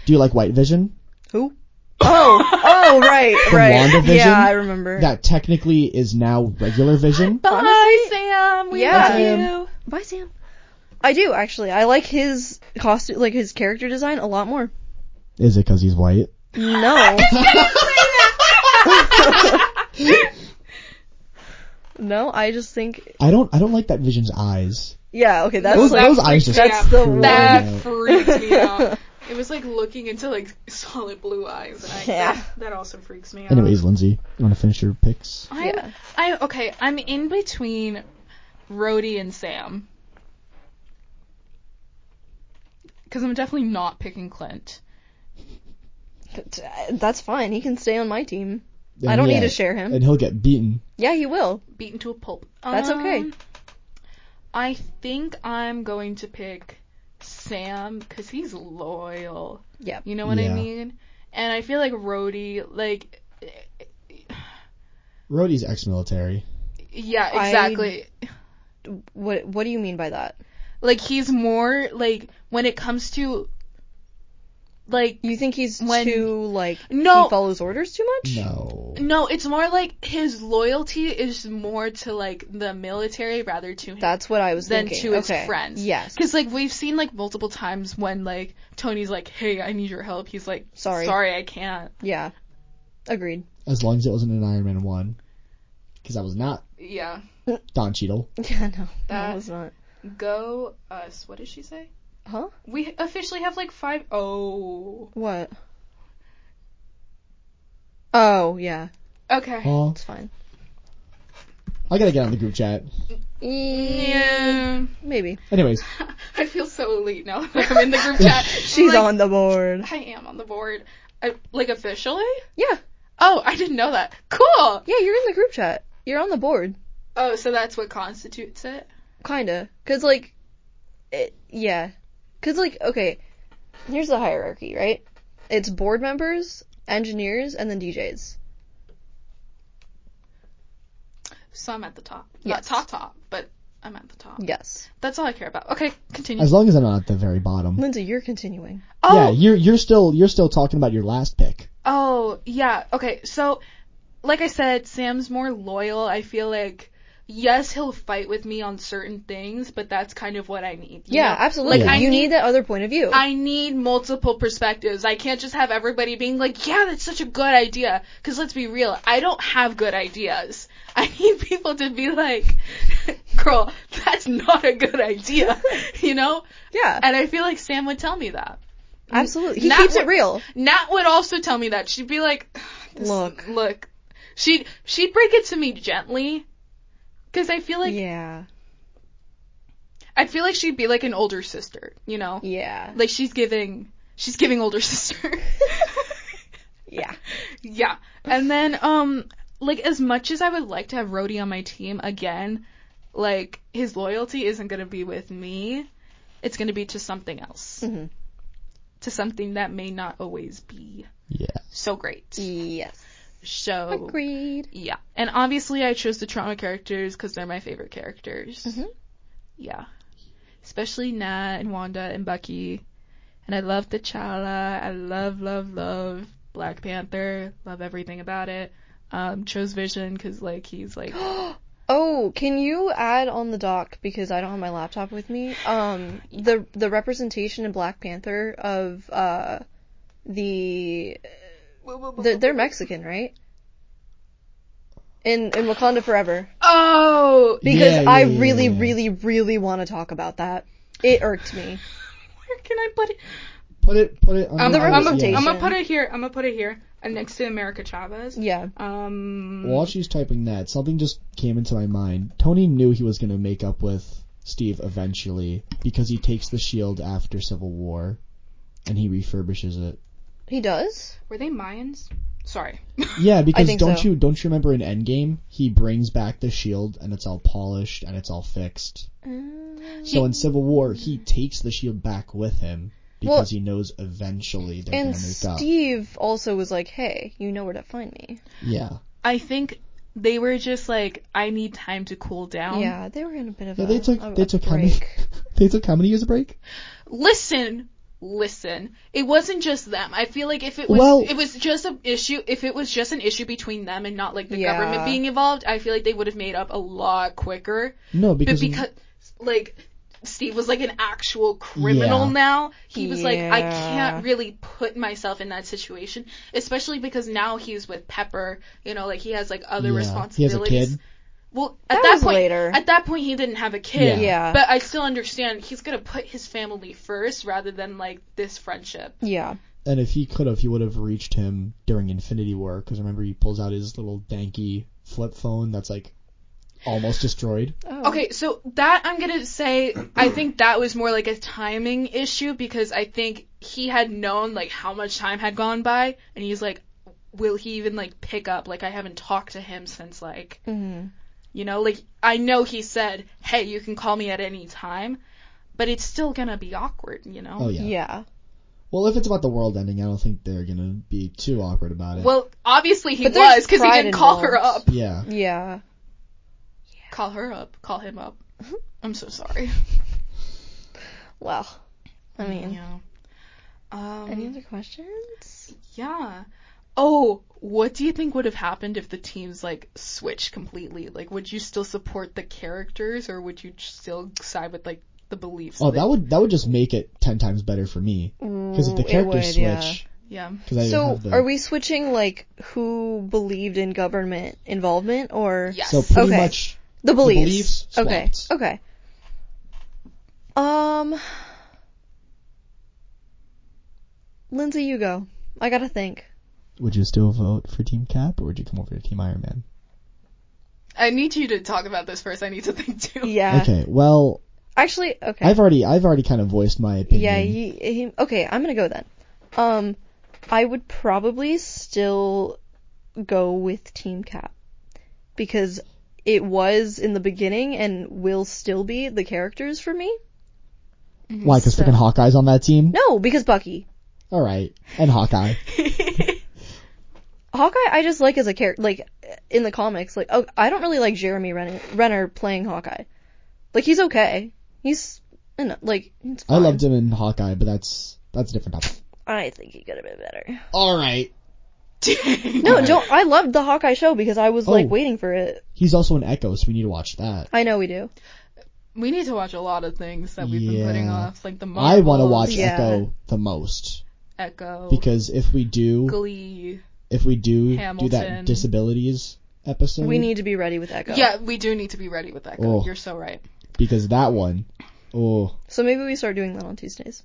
Speaker 3: Do you like White Vision?
Speaker 2: Who? Oh, oh, right,
Speaker 3: From
Speaker 2: right.
Speaker 3: WandaVision?
Speaker 2: Yeah, I remember.
Speaker 3: That technically is now regular vision.
Speaker 1: Bye,
Speaker 2: Honestly,
Speaker 1: Sam. We
Speaker 2: yeah.
Speaker 1: love
Speaker 3: Sam.
Speaker 1: you.
Speaker 2: Bye, Sam. I do actually. I like his costume, like his character design, a lot more.
Speaker 3: Is it because he's white?
Speaker 2: No, no, I just think.
Speaker 3: I don't. I don't like that Vision's eyes.
Speaker 2: Yeah, okay, that's
Speaker 3: Those,
Speaker 2: like
Speaker 3: those eyes just.
Speaker 1: that's
Speaker 2: the
Speaker 3: freak me
Speaker 1: That
Speaker 3: out.
Speaker 1: freaked me out. It was like looking into like solid blue eyes, and I,
Speaker 2: Yeah.
Speaker 1: that, that also freaks me out.
Speaker 3: Anyways, Lindsay, you want to finish your picks?
Speaker 1: I'm,
Speaker 2: yeah.
Speaker 1: I okay. I'm in between Rhodey and Sam. Because I'm definitely not picking Clint.
Speaker 2: But, uh, That's fine. He can stay on my team. I don't need to share him.
Speaker 3: And he'll get beaten.
Speaker 2: Yeah, he will.
Speaker 1: Beaten to a pulp.
Speaker 2: That's okay.
Speaker 1: Um, I think I'm going to pick Sam because he's loyal.
Speaker 2: Yeah.
Speaker 1: You know what
Speaker 3: Yeah.
Speaker 1: I mean? And I feel like Rhodey, like,
Speaker 3: Rhodey's ex-military.
Speaker 1: yeah,
Speaker 2: I-
Speaker 1: exactly.
Speaker 2: What What do you mean by that?
Speaker 1: Like he's more like when it comes to, like,
Speaker 2: You think he's
Speaker 1: When-
Speaker 2: too like
Speaker 1: No.
Speaker 2: he follows orders too much?
Speaker 3: No.
Speaker 2: Mm.
Speaker 1: no, it's more like his loyalty is more to like the military rather to him.
Speaker 2: That's what I was
Speaker 1: than
Speaker 2: thinking.
Speaker 1: to his
Speaker 2: okay.
Speaker 1: friends.
Speaker 2: Yes.
Speaker 1: Because like we've seen like multiple times when like Tony's like, "Hey, I need your help." He's like,
Speaker 2: Sorry.
Speaker 1: sorry, I can't."
Speaker 2: Yeah. Agreed.
Speaker 3: As long as it wasn't an Iron Man one, because that was not
Speaker 1: Yeah,
Speaker 3: Don Cheadle.
Speaker 2: Yeah, no.
Speaker 1: That-
Speaker 2: That was not.
Speaker 1: go us. What did she say?
Speaker 2: Huh?
Speaker 1: We officially have like five oh
Speaker 2: What? Oh yeah,
Speaker 1: Okay.
Speaker 3: Oh,
Speaker 2: it's fine.
Speaker 3: I gotta get on the group chat.
Speaker 1: Yeah.
Speaker 2: Mm, Maybe
Speaker 3: Anyways,
Speaker 1: I feel so elite now that I'm in the group chat.
Speaker 2: she's
Speaker 1: Like,
Speaker 2: on the board.
Speaker 1: I am on the board. I, like officially?
Speaker 2: Yeah,
Speaker 1: Oh, I didn't know that. Cool.
Speaker 2: yeah, you're in the group chat. You're on the board,
Speaker 1: Oh, so that's what constitutes it.
Speaker 2: kinda. Cause like, it, yeah, cause like, okay, here's the hierarchy, right? It's board members, engineers, and then DJs.
Speaker 1: So I'm at the top.
Speaker 2: Yes.
Speaker 1: Not top top, but I'm at the top.
Speaker 2: Yes,
Speaker 1: That's all I care about. Okay,
Speaker 2: Mm.
Speaker 1: continue.
Speaker 3: as long as I'm not at the very bottom.
Speaker 2: Lindsay, you're continuing.
Speaker 1: Oh,
Speaker 3: Yeah, you're you're still you're still talking about your last pick.
Speaker 1: Oh, yeah. Okay. So, like I said, Sam's more loyal. I feel like, yes, he'll fight with me on certain things, but that's kind of what I need. you
Speaker 2: Yeah,
Speaker 1: know?
Speaker 2: absolutely.
Speaker 1: Like, I
Speaker 2: you
Speaker 1: need,
Speaker 2: need that other point of view.
Speaker 1: I need multiple perspectives. I can't just have everybody being like, yeah, that's such a good idea. Because let's be real, I don't have good ideas. I need people to be like, girl, that's not a good idea. You know?
Speaker 2: yeah,
Speaker 1: And I feel like Sam would tell me that.
Speaker 2: absolutely. He
Speaker 1: Not
Speaker 2: keeps
Speaker 1: what-
Speaker 2: it real.
Speaker 1: Nat would also tell me that. She'd be like, this-
Speaker 2: Look.
Speaker 1: look. She'd she'd break it to me gently, because I feel like
Speaker 2: yeah,
Speaker 1: I feel like she'd be like an older sister, you know,
Speaker 2: yeah,
Speaker 1: like she's giving she's giving older sister.
Speaker 2: yeah.
Speaker 1: yeah, and then um like as much as I would like to have Rhodey on my team again, like his loyalty isn't gonna be with me. It's gonna be to something else,
Speaker 2: hmm
Speaker 1: to something that may not always be
Speaker 3: Yeah.
Speaker 1: so great.
Speaker 2: Yes.
Speaker 1: So
Speaker 2: Agreed.
Speaker 1: Yeah. And obviously I chose the trauma characters because they're my favorite characters.
Speaker 2: Mhm.
Speaker 1: Yeah. Especially Nat and Wanda and Bucky. And I love T'Challa. I love, love, love Black Panther. Love everything about it. Um, chose Vision because like he's like
Speaker 2: Oh, can you add on the doc because I don't have my laptop with me? Um, the the representation in Black Panther of uh the they're, they're Mexican, right? In in Wakanda Forever
Speaker 1: oh
Speaker 2: because
Speaker 3: Yeah, yeah,
Speaker 2: I
Speaker 3: yeah,
Speaker 2: really
Speaker 3: yeah.
Speaker 2: really really want to talk about that. It irked me.
Speaker 1: where can I put it?
Speaker 3: Put it put it on
Speaker 1: I'm,
Speaker 2: The
Speaker 3: your-
Speaker 1: I'm, I'm
Speaker 2: representation.
Speaker 1: gonna put it here. I'm gonna put it here uh, next to America Chavez.
Speaker 2: Yeah.
Speaker 1: Um.
Speaker 3: While she's typing that, something just came into my mind. Tony knew he was going to make up with Steve eventually because he takes the shield after Civil War and he refurbishes it.
Speaker 2: He does?
Speaker 1: Were they Mayans? Sorry.
Speaker 3: Yeah, because
Speaker 2: think
Speaker 3: don't
Speaker 2: so.
Speaker 3: you don't you remember in Endgame he brings back the shield and it's all polished and it's all fixed. So in Civil War he takes the shield back with him because
Speaker 2: Well-
Speaker 3: he knows eventually they're going
Speaker 2: And
Speaker 3: to make up.
Speaker 2: Steve also was like, "Hey, you know where to find me."
Speaker 3: Yeah.
Speaker 1: I think they were just like, I need time to cool down.
Speaker 2: yeah, they were in a bit of
Speaker 3: Yeah,
Speaker 2: Oh, a
Speaker 3: they took
Speaker 2: a-
Speaker 3: they
Speaker 2: a
Speaker 3: took how many
Speaker 2: break.
Speaker 3: they took how many years a break?
Speaker 1: Listen, listen. It wasn't just them. I feel like if it was
Speaker 3: Well-
Speaker 1: it was just an issue if it was just an issue between them and not like the
Speaker 2: Yeah.
Speaker 1: government being involved, I feel like they would have made up a lot quicker.
Speaker 3: No, because,
Speaker 1: but because like Steve was like an actual criminal
Speaker 3: Yeah.
Speaker 1: now. He was like, I
Speaker 2: Yeah.
Speaker 1: can't really put myself in that situation, especially because now he's with Pepper. You know, like he has like other
Speaker 3: yeah, he has
Speaker 1: responsibilities.
Speaker 3: a kid.
Speaker 1: Well, at
Speaker 2: That
Speaker 1: that,
Speaker 2: was
Speaker 1: point,
Speaker 2: later.
Speaker 1: at that point, he didn't have a kid.
Speaker 3: Yeah.
Speaker 2: Yeah.
Speaker 1: But I still understand he's gonna put his family first rather than like this friendship.
Speaker 2: Yeah.
Speaker 3: And if he could have, he would have reached him during Infinity War. Because remember, he pulls out his little danky flip phone that's like almost destroyed.
Speaker 2: Oh,
Speaker 1: Okay, so that I'm gonna say, I think that was more like a timing issue because I think he had known like how much time had gone by, and he's like, will he even like pick up? Like I haven't talked to him since like,
Speaker 2: hmm
Speaker 1: you know, like I know he said, hey, you can call me at any time, but it's still gonna be awkward, you know.
Speaker 3: Oh yeah.
Speaker 2: Yeah.
Speaker 3: Well, if it's about the world ending, I don't think they're gonna be too awkward about it.
Speaker 1: Well, obviously he
Speaker 2: But there's
Speaker 1: was because he
Speaker 2: pride
Speaker 1: didn't call her
Speaker 2: involved.
Speaker 1: up.
Speaker 3: yeah.
Speaker 2: Yeah.
Speaker 1: Call her up. Call him up. I'm so sorry.
Speaker 2: Well, I mean,
Speaker 1: Mm, Yeah. Um,
Speaker 2: any other questions?
Speaker 1: Yeah. Oh, what do you think would have happened if the teams like switched completely? Like, would you still support the characters, or would you still side with like the beliefs?
Speaker 3: Oh,
Speaker 1: that-
Speaker 3: that would that would just make it ten times better for me. Because if the characters switch,
Speaker 1: yeah.
Speaker 3: because I
Speaker 2: So,
Speaker 3: have the
Speaker 2: are we switching like who believed in government involvement or
Speaker 1: Yes.
Speaker 3: so pretty
Speaker 2: Okay.
Speaker 3: much
Speaker 2: the beliefs?
Speaker 3: beliefs
Speaker 2: okay.
Speaker 3: swapped.
Speaker 2: Okay. Um, Lindsay, you go. I gotta think.
Speaker 3: Would you still vote for Team Cap or would you come over to Team Iron Man?
Speaker 1: I need you to talk about this first. I need to think too.
Speaker 2: Yeah.
Speaker 3: Okay, well,
Speaker 2: Actually, okay.
Speaker 3: I've already I've already kind of voiced my opinion.
Speaker 2: Yeah, he, he, okay, I'm gonna go then. Um, I would probably still go with Team Cap because it was in the beginning and will still be the characters for me.
Speaker 3: Why? Because
Speaker 2: so-
Speaker 3: freaking Hawkeye's on that team.
Speaker 2: No, because Bucky,
Speaker 3: All right, and Hawkeye.
Speaker 2: Hawkeye, I just like as a character, like in the comics. Like, oh, I don't really like Jeremy Renner, Renner playing Hawkeye. Like, he's okay. He's en- like, it's
Speaker 3: I
Speaker 2: fine.
Speaker 3: loved him in Hawkeye, but that's that's a different topic.
Speaker 2: I think he could have been better.
Speaker 3: All right,
Speaker 2: No, don't. I loved the Hawkeye show because I was
Speaker 3: Oh.
Speaker 2: like waiting for it.
Speaker 3: he's also an Echo, so we need to watch that.
Speaker 2: I know we do.
Speaker 1: we need to watch a lot of things that we've
Speaker 3: Yeah.
Speaker 1: been putting off, like the
Speaker 3: I want to
Speaker 1: Marvels,
Speaker 3: watch
Speaker 2: Yeah.
Speaker 3: Echo the most
Speaker 1: Echo,
Speaker 3: because if we do,
Speaker 1: Glee.
Speaker 3: if we do do that
Speaker 1: Hamilton.
Speaker 3: disabilities episode,
Speaker 2: We need to be ready with Echo.
Speaker 1: Yeah, we do need to be ready with Echo.
Speaker 3: Oh.
Speaker 1: You're so right.
Speaker 3: because that one, oh,
Speaker 2: So maybe we start doing that on Tuesdays.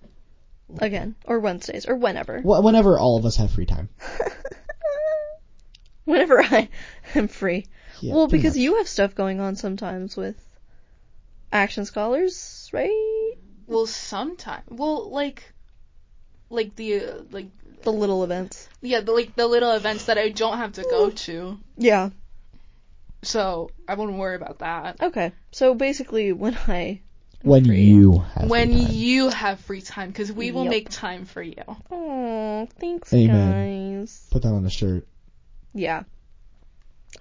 Speaker 2: Again. Or Wednesdays. Or whenever.
Speaker 3: wh- whenever all of us have free time.
Speaker 2: whenever I am free.
Speaker 3: Yeah,
Speaker 2: well,
Speaker 3: pretty
Speaker 2: because
Speaker 3: much.
Speaker 2: you have stuff going on sometimes with Action Scholars, right?
Speaker 1: Well, sometime. Well, like, like the uh, like
Speaker 2: The little events.
Speaker 1: yeah, the, like the little events that I don't have to go to.
Speaker 2: Yeah.
Speaker 1: So I wouldn't worry about that.
Speaker 2: Okay. So basically, when I.
Speaker 3: when
Speaker 2: free.
Speaker 3: you have
Speaker 1: when
Speaker 3: free time.
Speaker 1: you have free time, because we will
Speaker 2: Yep.
Speaker 1: make time for you.
Speaker 2: Oh, thanks,
Speaker 3: Amen.
Speaker 2: guys.
Speaker 3: put that on a shirt.
Speaker 2: Yeah.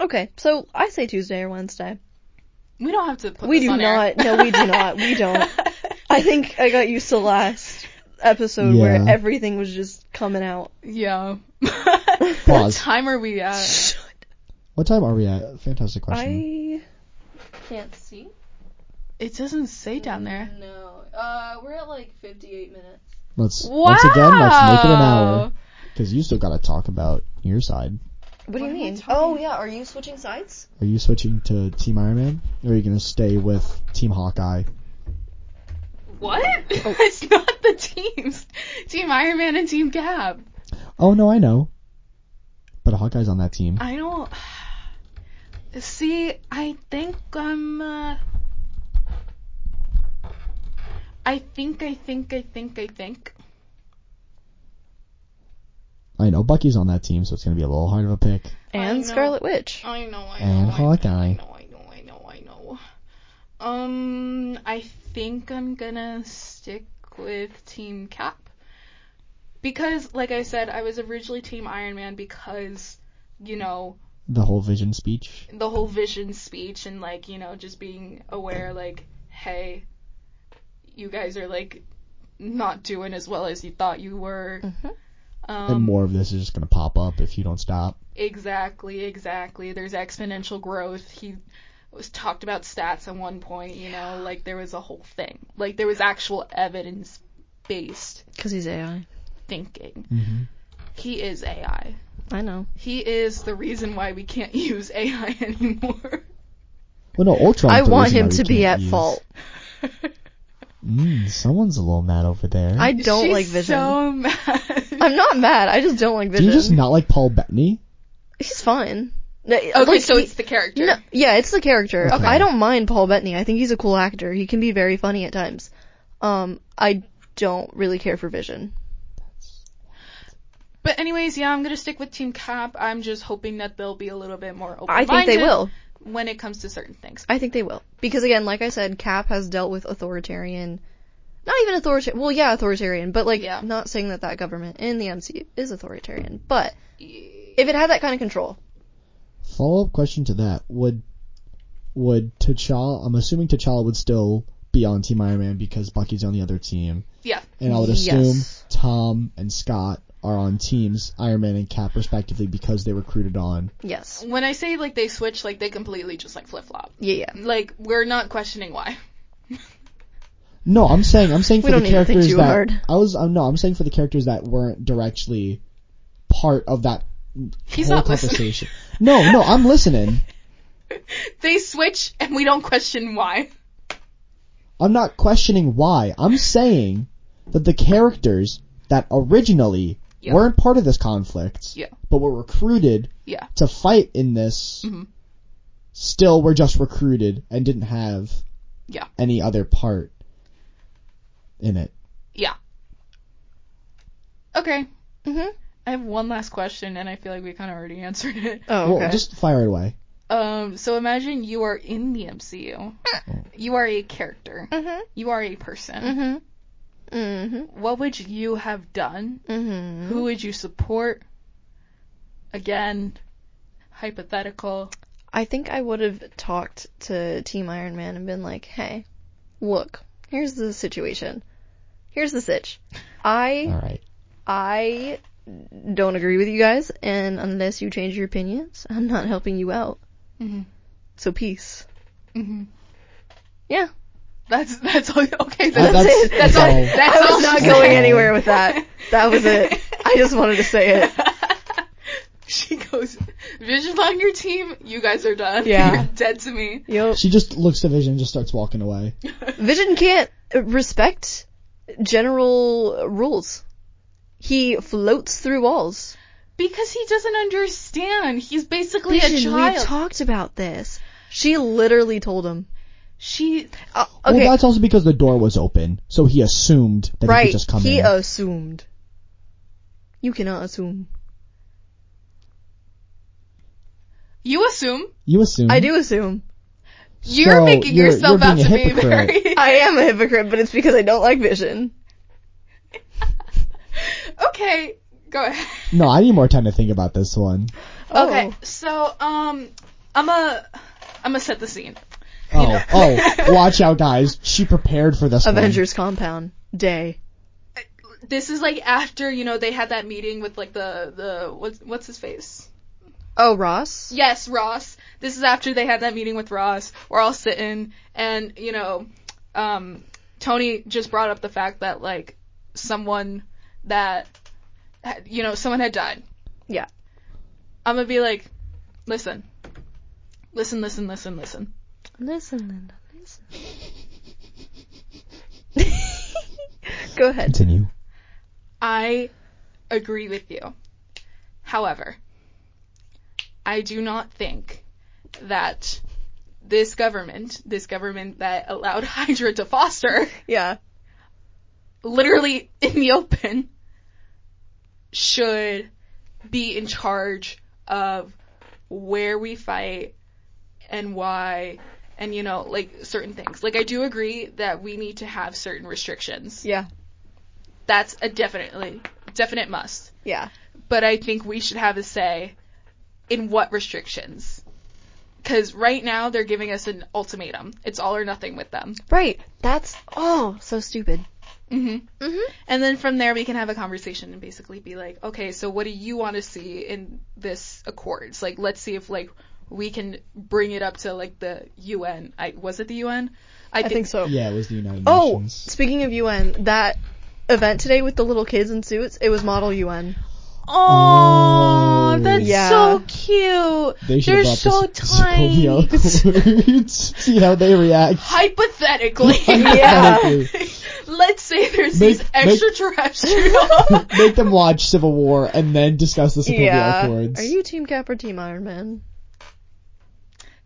Speaker 2: Okay. So I say Tuesday or Wednesday.
Speaker 1: We don't have to put.
Speaker 2: we
Speaker 1: this
Speaker 2: do
Speaker 1: on air.
Speaker 2: not. No, we do not. We don't. I think I got used to last episode where
Speaker 3: Yeah.
Speaker 2: everything was just coming out.
Speaker 1: yeah. what
Speaker 3: Pause.
Speaker 1: time are we at?
Speaker 3: What time are we at? Fantastic question.
Speaker 2: I
Speaker 5: Can't see?
Speaker 1: It doesn't say down there.
Speaker 5: No. Uh, we're at like 58 minutes.
Speaker 3: Let's once again let's make it an hour
Speaker 1: Wow.
Speaker 3: because you still got to talk about your side.
Speaker 2: What do you
Speaker 5: What am I
Speaker 2: mean?
Speaker 5: talking
Speaker 2: Oh yeah, are you switching sides?
Speaker 3: Are you switching to Team Iron Man, or are you gonna stay with Team Hawkeye?
Speaker 1: What? it's not the teams. Team Iron Man and Team Gab.
Speaker 3: Oh no, I know. But Hawkeye's on that team.
Speaker 1: I don't. See, I think I'm. Uh, I think, I think, I think, I think.
Speaker 3: I know Bucky's on that team, so it's gonna be a little hard of a pick.
Speaker 1: I know. Uh,
Speaker 2: And Scarlet Witch.
Speaker 1: I know, I know.
Speaker 3: And
Speaker 1: I know,
Speaker 3: Hawkeye.
Speaker 1: I know, I know, I know, I know. Um, I think I'm gonna stick with Team Cap. Because, like I said, I was originally Team Iron Man because, you know,
Speaker 3: The whole Vision speech.
Speaker 1: the whole vision speech and, like, you know, just being aware, like, hey, you guys are, like, not doing as well as you thought you were.
Speaker 2: hmm
Speaker 1: Um,
Speaker 3: and more of this is just gonna pop up if you don't stop.
Speaker 1: Exactly, exactly. There's exponential growth. He was talked about stats at one point, you know, like there was a whole thing. Like there was actual evidence based
Speaker 2: Because he's AI.
Speaker 1: thinking.
Speaker 3: Mm-hmm.
Speaker 1: He is AI.
Speaker 2: I know.
Speaker 1: He is the reason why we can't use AI anymore.
Speaker 3: Well, no, Ultron's
Speaker 2: I
Speaker 3: the
Speaker 2: want
Speaker 3: reason
Speaker 2: him
Speaker 3: why we
Speaker 2: to be
Speaker 3: can't
Speaker 2: at
Speaker 3: use-
Speaker 2: fault.
Speaker 3: Mm, someone's a little mad over there.
Speaker 2: I don't
Speaker 1: She's
Speaker 2: like Vision.
Speaker 1: So mad.
Speaker 2: I'm not mad. I just don't like
Speaker 3: Do
Speaker 2: Vision.
Speaker 3: you just not like Paul Bettany?
Speaker 2: He's fine. Okay,
Speaker 1: okay, so it's the character.
Speaker 2: No, yeah, it's the character.
Speaker 3: Okay.
Speaker 2: I don't mind Paul Bettany. I think he's a cool actor. He can be very funny at times. Um, I don't really care for Vision.
Speaker 1: But anyways, yeah, I'm gonna stick with Team Cap. I'm just hoping that they'll be a little bit more open.
Speaker 2: I think they will.
Speaker 1: when it comes to certain things.
Speaker 2: I think they will. Because again, like I said, Cap has dealt with authoritarian, not even authoritarian. Well, yeah, authoritarian, but like
Speaker 1: Yeah.
Speaker 2: not saying that that government in the MCU is authoritarian. But if it had that kind of control,
Speaker 3: Follow up question to that: Would would T'Challa? I'm assuming T'Challa would still be on Team Iron Man because Bucky's on the other team,
Speaker 1: Yeah,
Speaker 3: and I would assume
Speaker 2: Yes.
Speaker 3: Tom and Scott are on teams Iron Man and Cap respectively because they recruited on.
Speaker 2: yes,
Speaker 1: when I say like they switch, like they completely just like flip flop.
Speaker 2: yeah, yeah.
Speaker 1: Like we're not questioning why.
Speaker 3: No, I'm saying I'm saying
Speaker 2: We
Speaker 3: for the
Speaker 2: don't need to think
Speaker 3: characters
Speaker 2: too
Speaker 3: that
Speaker 2: hard.
Speaker 3: I was. I'm, no, I'm saying for the characters that weren't directly part of that
Speaker 1: He's
Speaker 3: whole
Speaker 1: not listening.
Speaker 3: conversation. no, no, I'm listening.
Speaker 1: They switch and we don't question why.
Speaker 3: I'm not questioning why. I'm saying that the characters that originally
Speaker 1: Yeah.
Speaker 3: weren't part of this conflict,
Speaker 1: Yeah.
Speaker 3: but were recruited
Speaker 1: Yeah.
Speaker 3: to fight in this,
Speaker 2: Mm-hmm.
Speaker 1: Mhm.
Speaker 3: still were just recruited and didn't have
Speaker 1: Yeah.
Speaker 3: any other part in it.
Speaker 1: Okay.
Speaker 2: hmm
Speaker 1: I have one last question and I feel like we kind of already answered it.
Speaker 2: Oh, okay.
Speaker 3: Well, just fire it away.
Speaker 1: Um so imagine you are in the MCU.
Speaker 3: Oh.
Speaker 1: You are a character.
Speaker 2: hmm
Speaker 1: You are a person.
Speaker 2: hmm hmm
Speaker 1: What would you have done?
Speaker 2: hmm
Speaker 1: Who would you support? Again, hypothetical.
Speaker 2: I think I would have talked to Team Iron Man and been like, hey, look, here's the situation. Here's the sitch.
Speaker 3: All
Speaker 2: I
Speaker 3: right.
Speaker 2: I don't agree with you guys, and unless you change your opinions, I'm not helping you out. Mm-hmm.
Speaker 1: Mhm.
Speaker 2: So peace. Mm-hmm.
Speaker 1: Mhm.
Speaker 2: Yeah,
Speaker 1: That's that's all. Okay,
Speaker 3: That-
Speaker 1: that's,
Speaker 2: that's it.
Speaker 1: that's all.
Speaker 3: all.
Speaker 1: That's
Speaker 2: I
Speaker 1: all.
Speaker 2: was not
Speaker 3: she
Speaker 2: going
Speaker 3: said.
Speaker 2: anywhere with that. That was it. I just wanted to say it.
Speaker 1: she goes, Vision's on your team. You guys are done.
Speaker 2: Yeah.
Speaker 1: You're dead to me.
Speaker 2: Yep.
Speaker 3: She just looks at Vision and just starts walking away.
Speaker 2: Vision can't respect general rules. He floats through walls.
Speaker 1: Because he doesn't understand. He's basically a
Speaker 2: Vision,
Speaker 1: child.
Speaker 2: We've talked about this. She literally told him.
Speaker 1: she.
Speaker 2: Uh,
Speaker 3: Well,
Speaker 2: okay,
Speaker 3: that's also because the door was open, so he assumed that he
Speaker 2: right.
Speaker 3: could just come
Speaker 2: he uh,
Speaker 3: in.
Speaker 2: assumed. You cannot assume.
Speaker 1: You assume.
Speaker 3: you assume.
Speaker 2: I do assume.
Speaker 1: You're
Speaker 3: So
Speaker 1: making
Speaker 3: you're-
Speaker 1: yourself
Speaker 3: you're
Speaker 1: out
Speaker 3: being
Speaker 1: to
Speaker 3: a
Speaker 1: be
Speaker 3: hypocrite.
Speaker 1: very.
Speaker 2: I am a hypocrite, but it's because I don't like Vision.
Speaker 1: okay, go ahead.
Speaker 3: No, I need more time to think about this one.
Speaker 1: Okay,
Speaker 2: Oh.
Speaker 1: so um, I'm a, I'm gonna set the scene.
Speaker 3: Oh, oh, watch out, guys. She prepared for this one.
Speaker 2: Avengers Compound Day.
Speaker 1: This is like after you know they had that meeting with like the the what's what's his face.
Speaker 2: Oh, Ross.
Speaker 1: Yes, Ross. This is after they had that meeting with Ross. We're all sitting, and you know, um, Tony just brought up the fact that like someone that, had- you know, someone had died.
Speaker 2: Yeah.
Speaker 1: I'm gonna be like, listen, listen, listen, listen, listen.
Speaker 2: Listen, Linda. Listen. Go ahead.
Speaker 3: Continue.
Speaker 1: I agree with you. However, I do not think that this government, this government that allowed Hydra to foster,
Speaker 2: Yeah.
Speaker 1: literally in the open, should be in charge of where we fight and why and you know like certain things like i do agree that we need to have certain restrictions
Speaker 2: Yeah.
Speaker 1: that's a definitely definite must
Speaker 2: Yeah.
Speaker 1: but I think we should have a say in what restrictions. Because right now they're giving us an ultimatum. It's all or nothing with them.
Speaker 2: Right. That's oh so stupid.
Speaker 1: hmm
Speaker 2: Mm-hmm.
Speaker 1: And then from there we can have a conversation and basically be like, okay, so what do you want to see in this accords? Like, let's see if like we can bring it up to like the UN. I was it the UN?
Speaker 2: I think so.
Speaker 3: Yeah, it was the United
Speaker 2: Oh,
Speaker 3: Nations.
Speaker 2: speaking of UN, that event today with the little kids in suits, it was Model UN.
Speaker 1: Oh, that's
Speaker 2: Yeah.
Speaker 1: so cute.
Speaker 3: They should
Speaker 1: They're
Speaker 3: have
Speaker 1: so
Speaker 3: brought this Sokovia
Speaker 1: tiny.
Speaker 3: Accords. See how they react.
Speaker 1: Hypothetically,
Speaker 3: Hypothetically.
Speaker 1: let's say there's
Speaker 3: Make-
Speaker 1: these
Speaker 3: make-
Speaker 1: extraterrestrial.
Speaker 3: Make them watch Civil War and then discuss the Sokovia Accords.
Speaker 2: Are you Team Cap or Team Iron Man?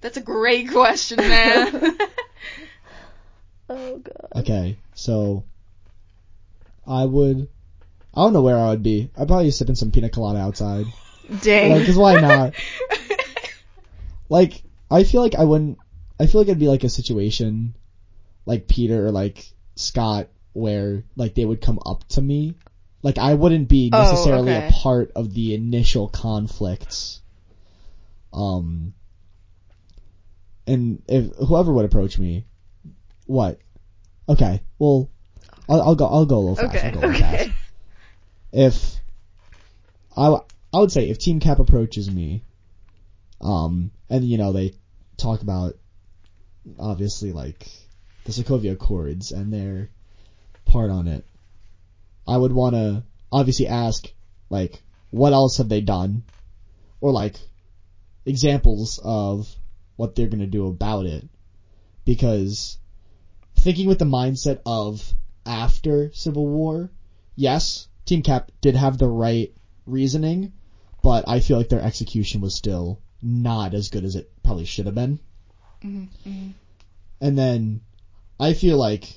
Speaker 1: that's a great question, man.
Speaker 2: Oh god.
Speaker 3: Okay, so I would. I don't know where I would be. I'd probably be sipping some pina colada outside.
Speaker 2: Dang.
Speaker 3: Like, 'cause why not? Like, I feel like I wouldn't. I feel like it'd be like a situation, like Peter or like Scott, where like they would come up to me. Like I wouldn't be
Speaker 2: Oh,
Speaker 3: necessarily
Speaker 2: okay.
Speaker 3: a part of the initial conflicts. Um. And if whoever would approach me, what? Okay, well, I'll, I'll go. I'll go a little fast.
Speaker 2: Okay.
Speaker 3: I'll go a little fast
Speaker 2: Okay.
Speaker 3: if I, w- I would say if Team Cap approaches me, um, and you know they talk about obviously like the Sokovia Accords and their part on it, I would want to obviously ask like what else have they done, or like examples of what they're gonna do about it, because thinking with the mindset of after Civil War, yes, Team Cap did have the right reasoning, but I feel like their execution was still not as good as it probably should have been. And then I feel like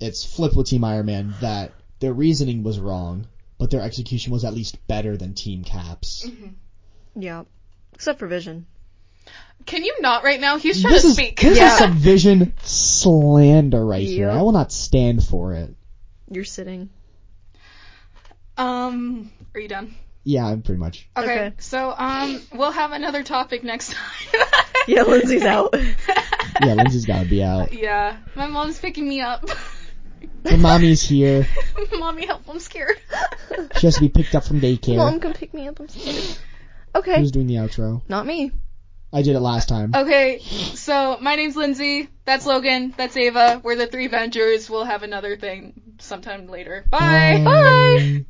Speaker 3: it's flip with Team Iron Man that their reasoning was wrong, but their execution was at least better than Team Cap's.
Speaker 2: yeah. Except for Vision.
Speaker 1: Can you not right now? He's trying
Speaker 3: This
Speaker 1: to
Speaker 3: is
Speaker 1: speak.
Speaker 3: this
Speaker 2: Yeah.
Speaker 3: is some vision slander right here.
Speaker 2: Yep.
Speaker 3: I will not stand for it.
Speaker 2: You're sitting.
Speaker 1: Um, are you done?
Speaker 3: Yeah, I'm pretty much.
Speaker 1: Okay.
Speaker 2: Okay.
Speaker 1: So um, we'll have another topic next time.
Speaker 2: Yeah, Lindsay's out.
Speaker 3: Yeah, Lindsay's gotta be out.
Speaker 1: yeah. My mom's picking me up.
Speaker 3: Her mommy's here.
Speaker 1: Mommy, help! I'm scared.
Speaker 3: She has to be picked up from daycare.
Speaker 2: Mom, come pick me up. I'm scared. Okay.
Speaker 3: Who's doing the outro?
Speaker 2: Not me.
Speaker 3: I did it last time.
Speaker 1: Okay. So my name's Lindsay. That's Logan. That's Ava. We're the Three Vengers. We'll have another thing sometime later. Bye.
Speaker 3: Bye.